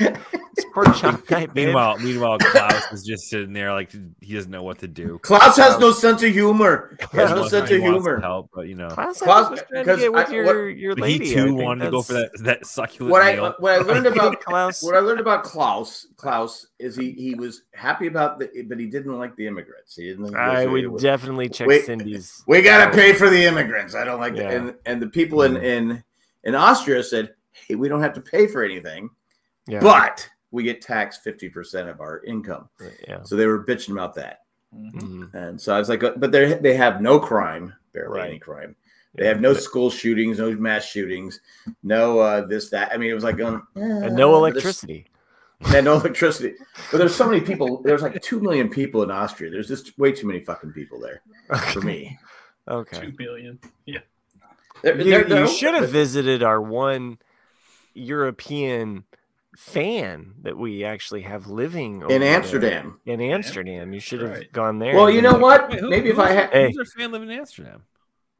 It's pork chop night, babe. meanwhile, meanwhile, Klaus is just sitting there like he doesn't know what to do. Klaus has no sense of humor. He has no Klaus sense of really wants humor. Help, but you know, Klaus, Klaus- I was trying to because get with I- your, what- your but lady. he I too think wanted to go for that's- that that succulent What meal. I what I learned about Klaus. What I learned about Klaus, Klaus, is he he was happy about the, but he didn't like the immigrants. He didn't. Like I would definitely check Wait. Cindy's. we gotta pay for the immigrants. I don't like Yeah. Mm. that. And and the people in in in Austria said, hey, we don't have to pay for anything, Yeah, but we get taxed fifty percent of our income. yeah. So they were bitching about that. Hmm. Mhm. Mhm. And so I was like, uh, but they they have no crime, barely Right. any crime. They have no But- school shootings, no mass shootings, no uh, this that. I mean, it was like um, and no uh, this- electricity. and no electricity. But there's so many people. There's like two million people in Austria. There's just way too many fucking people there for me. Okay. two billion? There- You, there- you there- should have visited our one European fan that we actually have living over in there. Amsterdam. In Amsterdam, you should have right. gone there. Well, and you been know like, what? Wait, who- Maybe if who's- I had. Hey. who's our fan living in Amsterdam?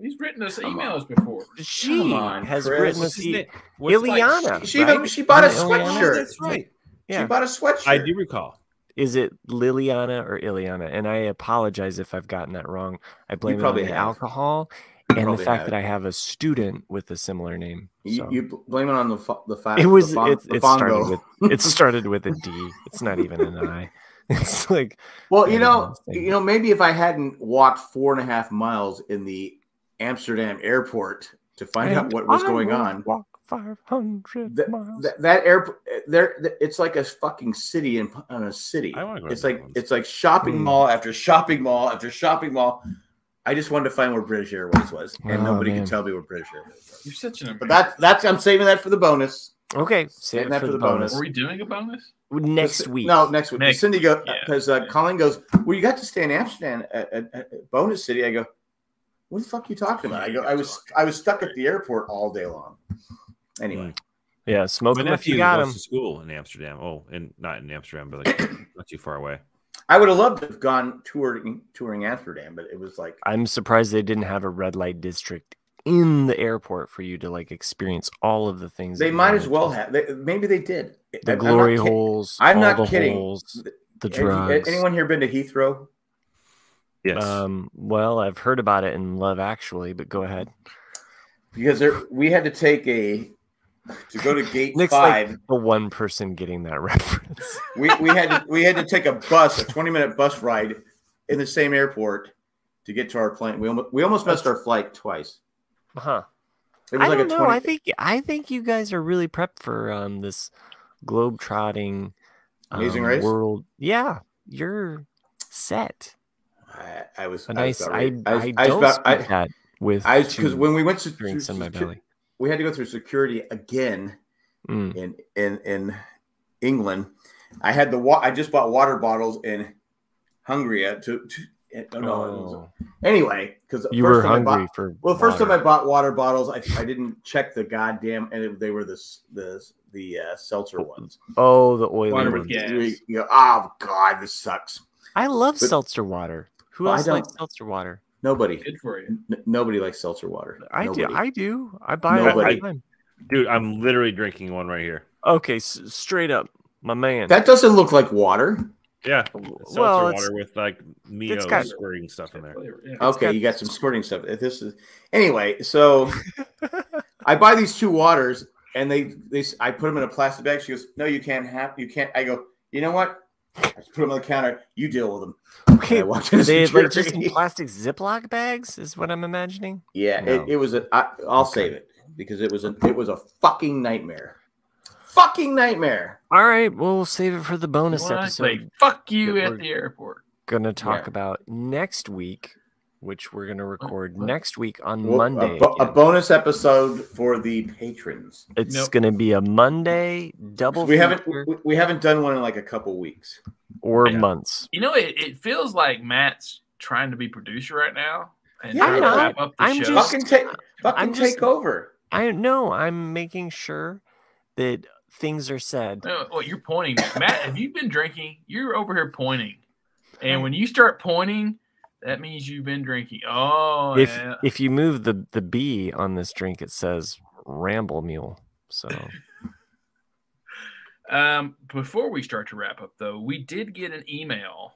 He's written us Come emails before. She on, has Chris. written What's us. his e- name? What's his- Ileana. She right? even she bought a Isn't it Ileana? Oh, sweatshirt. that's right. Yeah. She bought a sweatshirt. I do recall. Is it Liliana or Ileana? And I apologize if I've gotten that wrong. I blame it on probably the have. alcohol and the probably fact have. that I have a student with a similar name. You, so. you bl- blame it on the fo- the fact it was Uh, the, bon- it, the it bongo. started with it started with a d it's not even an i it's like well, you Yeah, know, I think- you know, maybe if I hadn't walked four and a half miles in the Amsterdam airport to find out "And what was I going will on, walk 500 That- miles that, that airport there th- it's like a fucking city in, on a city I wanna go to it's like Netherlands. it's like shopping Hmm. mall after shopping mall after shopping mall i just wanted to find where british airways was and Oh, nobody man. could tell me where british airways was You're such an. but that that's i'm saving that for the bonus okay save Saving it for the, bonus, Were we doing a bonus? next Just- week no next week Next- cindy goes yeah, because uh, yeah. colin goes well you got to stay in amsterdam at, at, at bonus city i go what the fuck you talking about i go i was i was stuck at the airport all day long anyway Hmm. yeah smoke My them if nephew you got goes them to school in Amsterdam. Oh, and not in Amsterdam, but like not too far away. i would have loved to have gone touring touring amsterdam but it was like i'm surprised they didn't have a red light district in the airport for you to like experience all of the things They that you might as wanted well to. have. They, maybe they did. the I'm not glory kid- holes I'm all not the kidding. holes, the Have you- drugs Anyone here been to Heathrow? Yes. um well i've heard about it in love actually but go ahead Because there, we had to take a to go to gate Nick's five. like the one person getting that reference. we, we had to, we had to take a bus, a 20 minute bus ride in the same airport to get to our plane. We almost we almost missed our flight twice. Huh. It Uh-huh. I don't a know. I think I think you guys are really prepped for um this globe trotting Amazing Race? world. Yeah, you're set. I, I was A I nice. was about I ready. I, was- was don't about- I- speak that with I because two when we went to drinks to- in my to- belly. we had to go through security again Mm. in in in England. I had the wa- I just bought water bottles in Hungary to, to oh, no, it was- Oh, anyway because you were time I bought- hungry for well, first time water. I bought water bottles, I, I didn't check the goddamn and it, they were the s- the the uh, seltzer ones. oh the oily Water ones. with gas. You, you- oh god, this sucks. I love But- seltzer water. Who Well, I else likes don't- seltzer water? Nobody, Good for you. n- nobody likes seltzer water. I nobody. do. I do. I buy it all Nobody. the time. Dude, I'm literally drinking one right here. Okay, s- straight up, my man. that doesn't look like water. Yeah. Seltzer well, it's, water with like Mio it's got- squirting stuff in there. Flavor, yeah. Okay, got- you got some squirting stuff. If This is anyway. So I buy these two waters, and they they s- I put them in a plastic bag. She goes, "No, you can't have. You can't." I go, "You know what?" I just put them on the counter. You deal with them. And I okay. walked into They had, like just in security. plastic Ziploc bags, is what I'm imagining. Yeah, No. it, it was. A, I, I'll save it because it was a it was a fucking nightmare. Fucking nightmare. All right, well, we'll save it for the bonus Well, that's episode. like fuck you Good at word. the airport. Gonna talk Yeah. about next week, which we're gonna record what? next week on Well, a Monday. bo- A, again. bonus episode for the patrons. it's Nope. gonna be a Monday double. We haven't feature we, we haven't done one in like a couple weeks. or Yeah. months. You know, it, it feels like Matt's trying to be producer right now and Yeah, trying I'm to wrap up the I'm show. just- Fucking take fucking I'm just- take over. I know. I'm making sure that things are said. No, well, you're pointing, Matt. Have you been drinking? You're over here pointing, and when you start pointing, that means you've been drinking. Oh, if yeah. if you move the the B on this drink, it says Ramble Mule. So Um, before we start to wrap up, though, we did get an email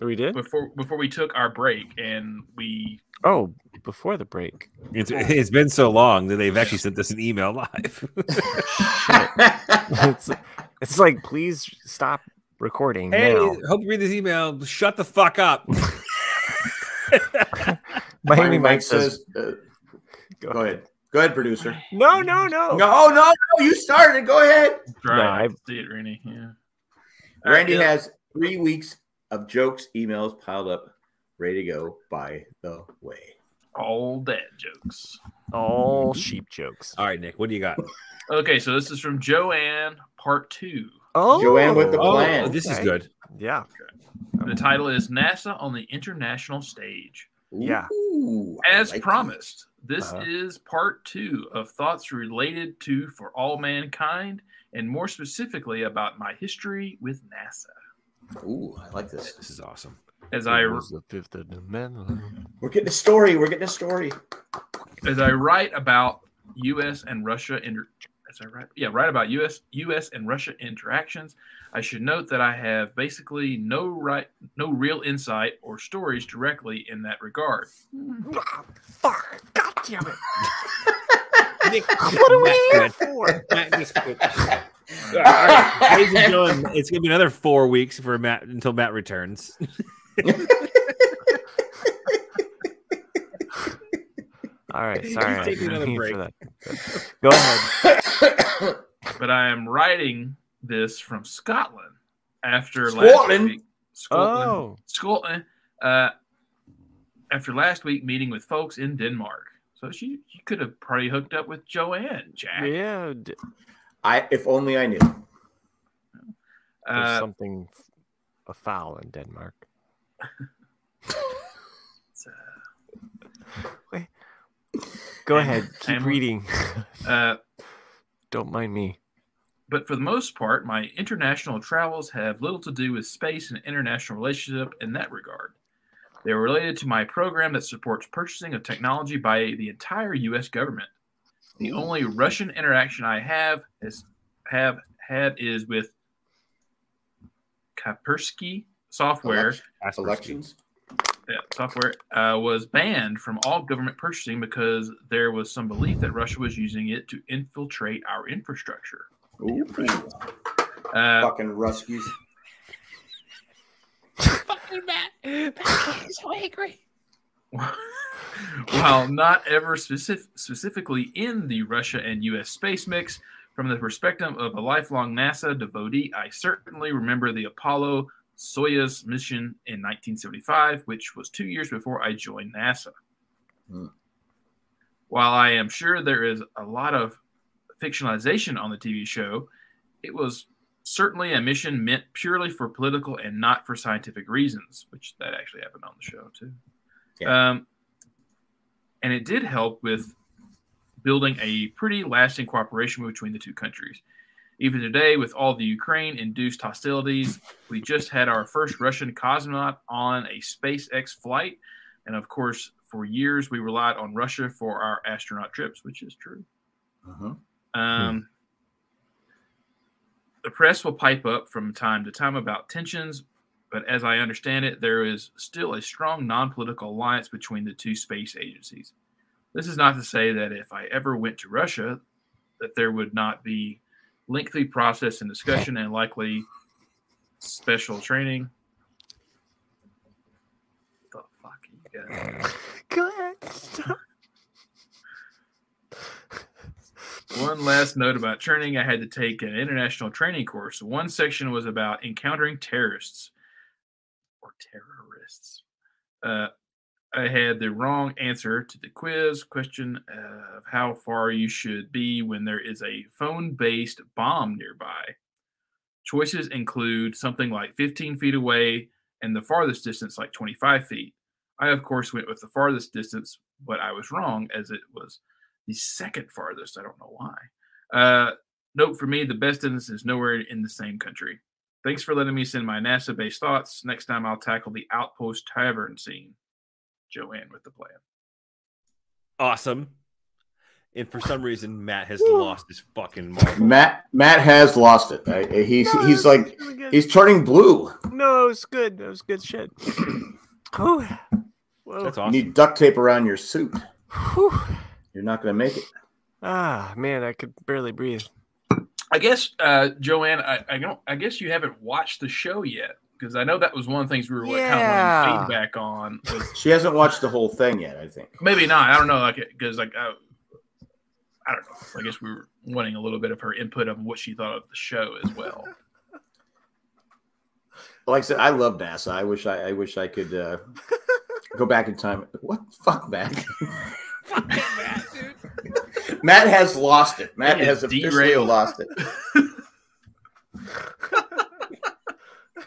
we did. before before we took our break, and we Oh, before the break. It's, it's been so long that they've actually sent us an email live. it's it's like please stop recording Hey, now. hope you read this email. Shut the fuck up. Miami Mike says, uh, "Go "Go ahead, go ahead, producer." No, no, no. No, oh no, no, you started. Go ahead. tried I- to see it, Randy. Yeah. All right, Randy Dylan. has three weeks of jokes, emails piled up, ready to go. By the way. all dad jokes. All sheep jokes. All right, Nick, what do you got? Okay, so this is from Joanne, part two. Oh, Joanne with the plan. this is okay. good. Yeah. The title is NASA on the International Stage. Yeah. Ooh, I As like promised, this Uh-huh. is part two of thoughts related to For All Mankind, and more specifically about my history with NASA. it. Ooh, I like this. This is awesome. As I It was the fifth amendment. We're getting a story. We're getting a story. as I write about U.S. and Russia inter- as I write, yeah, write about U.S. U.S. and Russia interactions. I should note that I have basically no right, no real insight or stories directly in that regard. Ah, Fuck! God damn it! Nick, What are we here Matt, for? Matt, Matt, Matt, Matt. All right, ladies and gentlemen, it's gonna be another four weeks for Matt until Matt returns. All right, Please sorry. take I didn't another mean for break. that. Go ahead. But I am writing this from Scotland after last Scotland? week. Scotland. Oh, Scotland. Uh, after last week meeting with folks in Denmark, so she she could have probably hooked up with Joanne Jack. yeah. d- I, if only I knew. Uh, There's something f- afoul in Denmark. it's, uh, Go And- ahead. Keep and- reading. uh, Don't mind me. but for the most part, my international travels have little to do with space and international relationship in that regard. They are related to my program that supports purchasing of technology by the entire U.S. government. The only Russian interaction I have is have had is with Kaspersky Software. Aspersky. Elections. yeah, software uh, was banned from all government purchasing because there was some belief that Russia was using it to infiltrate our infrastructure. Ooh, Uh, fucking Ruskies. fucking Matt. Matt is so angry. While not ever specific, specifically in the Russia and U.S. space mix, from the perspective of a lifelong NASA devotee, I certainly remember the Apollo Soyuz mission in 1975, which was two years before I joined NASA. Hmm. While I am sure there is a lot of fictionalization on the TV show, it was certainly a mission meant purely for political and not for scientific reasons, which that actually happened on the show too. Um, and it did help with building a pretty lasting cooperation between the two countries. Even today, with all the Ukraine induced hostilities, we just had our first Russian cosmonaut on a SpaceX flight. And of course, for years, we relied on Russia for our astronaut trips, which is true. Uh-huh. Um, The press will pipe up from time to time about tensions, but as I understand it, there is still a strong non political alliance between the two space agencies. This is not to say that if I ever went to Russia, that there would not be lengthy process and discussion and likely special training. The fuck you guys. Go ahead. Stop. One last note about training I had to take an international training course. One section was about encountering terrorists or terrorists. Uh, I had the wrong answer to the quiz question of how far you should be when there is a phone based bomb nearby. Choices include something like 15 feet away and the farthest distance, like 25 feet. I, of course, went with the farthest distance, but I was wrong as it was the second farthest. I don't know why. Uh, note for me, the best distance is nowhere in the same country. Thanks for letting me send my NASA based thoughts. Next time I'll tackle the Outpost Tavern scene. Joanne with the plan. Awesome. And for some reason, Matt has lost his fucking marble. Matt Matt has lost it. I- He's No, he's that was like really good. he's turning blue. no, it was good. That was good shit. Whew. Whoa. That's You awesome. need duct tape around your suit. Whew. You're not going to make it. Ah, man, I could barely breathe. I guess uh, Joanne, I, I don't. I guess you haven't watched the show yet because I know that was one of the things we were like, kind of Yeah. wanting feedback on. Was She hasn't watched the whole thing yet. I think. maybe not. I don't know. Like because like I, I don't know. I guess we were wanting a little bit of her input of what she thought of the show as well. Like I said, I love NASA. I wish I, I wish I could uh, go back in time. What fuck, Matt? Matt has lost it. Matt It has is officially derailed. lost it.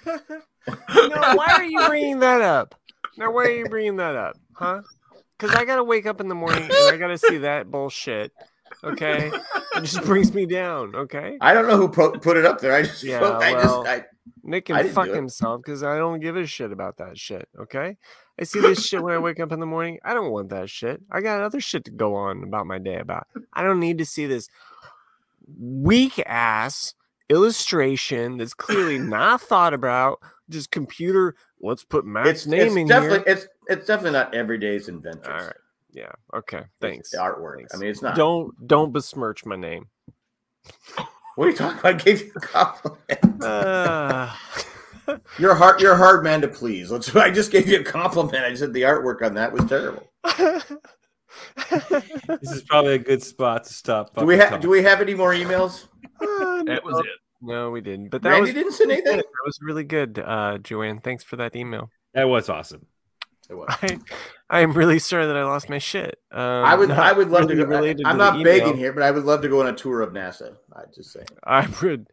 no, why are you bringing that up? Now, why are you bringing that up, huh? Because I gotta wake up in the morning and I gotta see that bullshit. Okay, it just brings me down. Okay, I don't know who pro- put it up there. I just, Yeah, I well- just, I, Nick I can didn't fuck do it. himself because I don't give a shit about that shit. Okay, I see this shit when I wake up in the morning. I don't want that shit. I got other shit to go on about my day about. I don't need to see this weak ass illustration that's clearly not thought about. Just computer. Let's put Matt's it's name it's in definitely here. it's it's definitely not everyday's inventions. All right. Yeah. Okay. It's Thanks. the artwork. Thanks. I mean, it's not. Don't don't besmirch my name. What are you talking about? I gave you a compliment. Uh, You're a hard. You're a hard man to please. That's why I just gave you a compliment. I just said the artwork on that was terrible. This is probably a good spot to stop. Do we have Do we have any more emails? That was it. Oh, No, we didn't. But that Randy was didn't send really anything. good. That was really good, uh, Joanne. Thanks for that email. That was awesome. It was. I, I am really sorry that I lost my shit. Um, I would. I would love to. really Go, I, related I'm to the not begging email. here, but I would love to go on a tour of NASA. I just say. I would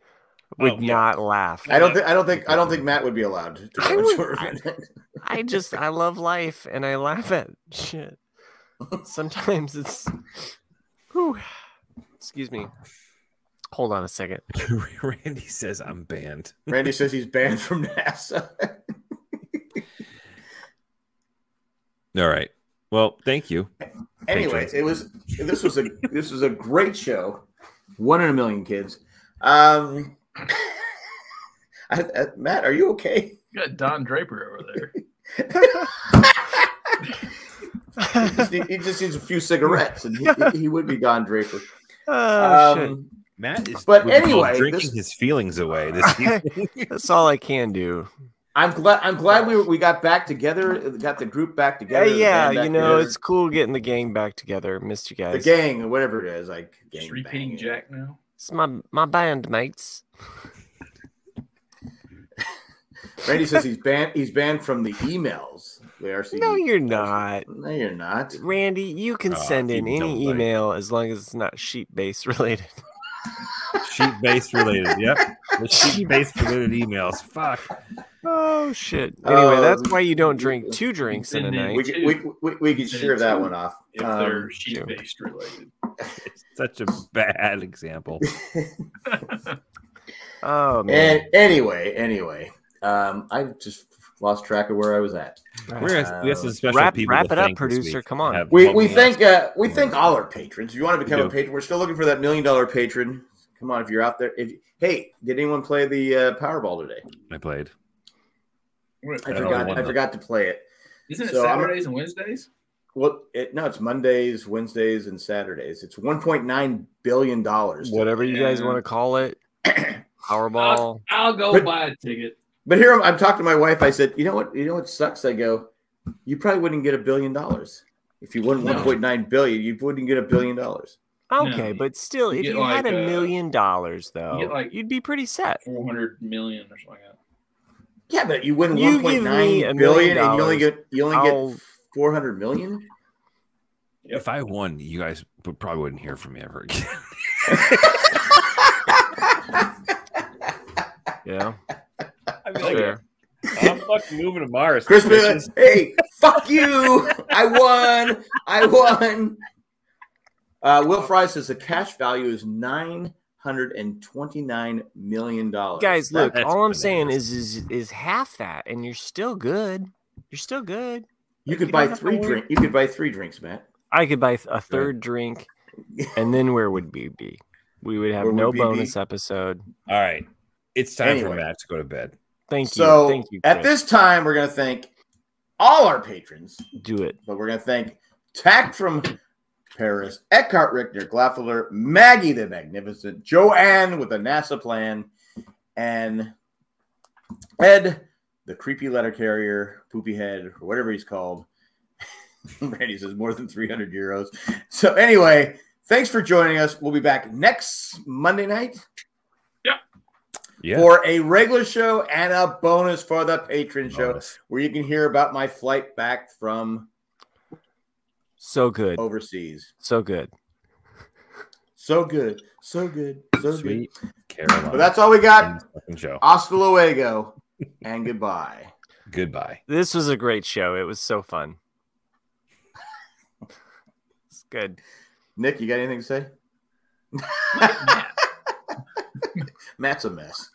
would Oh, yeah. not laugh. I don't think. I don't think. I don't think Matt would be allowed to go on I a would- tour of I- NASA. I just I love life and I laugh at shit. Sometimes it's. Whew. Excuse me. Hold on a second. Randy says I'm banned. Randy says he's banned from NASA. All right. Well, thank you. Anyways, Patriots. it was this was a this was a great show, one in a million kids. Um, I, I, Matt, are you okay? You got Don Draper over there. Oh, He just, need- he just needs a few cigarettes, and he, he would be Don Draper. Oh, shit. Um, Matt is But what we call anyway, drinking this- his feelings away this evening. That's all I can do. I'm glad. I'm glad we we got back together. Got the group back Yeah, together. the yeah, band back you know, together. it's cool getting the gang back together. Missed you guys. the gang, whatever it is, like gang Just repeating banging. Jack now. It's my my band mates. Randy says he's banned. He's banned from the emails. The RCE. No, you're not. No, you're not. Randy, you can Uh, send in you don't any like- email as long as it's not sheep based related. Sheep based related. Yep. The sheep based related emails. Fuck. Oh shit. Anyway, Oh, that's we- why you don't drink two drinks in a And then night. We could- we we we could share that one off. If Um, they're sheep based related. Such a bad example. Oh and man. anyway, anyway, um, I just lost track of where I was at. We're we have some special Wrap- people. wrap to it up, thank this producer, week. come on. Have We one we last- thank uh, we thank all our patrons. If you want to become We a do. patron, we're still looking for that million dollar patron. Come on, if you're out there. If hey, did anyone play the uh, Powerball today? I played. I I don't forgot. want I to- forgot to play it. Isn't it So I'm- Saturdays and Wednesdays? Well, it, no, it's Mondays, Wednesdays, and Saturdays. It's 1.9 billion dollars. Whatever you guys Yeah. want to call it. Powerball. I'll go But- buy a ticket. But here I'm, I'm talking to my wife. I said, you know what? You know what sucks? I go, you probably wouldn't get a billion dollars if you won No. 1.9 billion. You wouldn't get a billion dollars. Okay, Oh, No. but still, You if get you had like, a uh, million dollars though, like- you'd be pretty set. 400 million or something like that. Yeah, but you win You 1.9 give me a billion, million and you only dollars, get you only I'll- get 400 million. If I won, you guys would probably wouldn't hear from me ever again. Yeah. I'd be like, Fair. I'm fucking moving to Mars. Chris, be like, bitches. hey, fuck you! I won! I won! Uh, Will Fry says the cash value is 929 million dollars. Guys, look, that's all I'm saying bananas. is is is half that and you're still good. You're still good. you could you buy don't have to three worry. drink. You could buy three drinks, Matt. I could buy th- a third drink, and then where would we be? We would have Where would no we be? bonus episode. All right. It's time Anyway. for Matt to go to bed. Thank you. so Thank you. at Chris. this time, we're gonna thank all our patrons, do it. but we're gonna thank Tack from Paris, Eckhart Richter, Glaffler, Maggie the Magnificent, Joanne with a NASA plan, and Ed, the creepy letter carrier, poopy head, or whatever he's called. Randy says more than 300 euros. So anyway, thanks for joining us. We'll be back next Monday night Yeah. for a regular show and a bonus for the patron show Bonus. where you can hear about my flight back from So good. Oh. overseas. So good. So good, so good, so good. Sweet Carolina. But that's all we got. Fucking show. Hasta luego and goodbye. Goodbye. This was a great show. It was so fun. It's good. Nick, you got anything to say? Matt's a mess.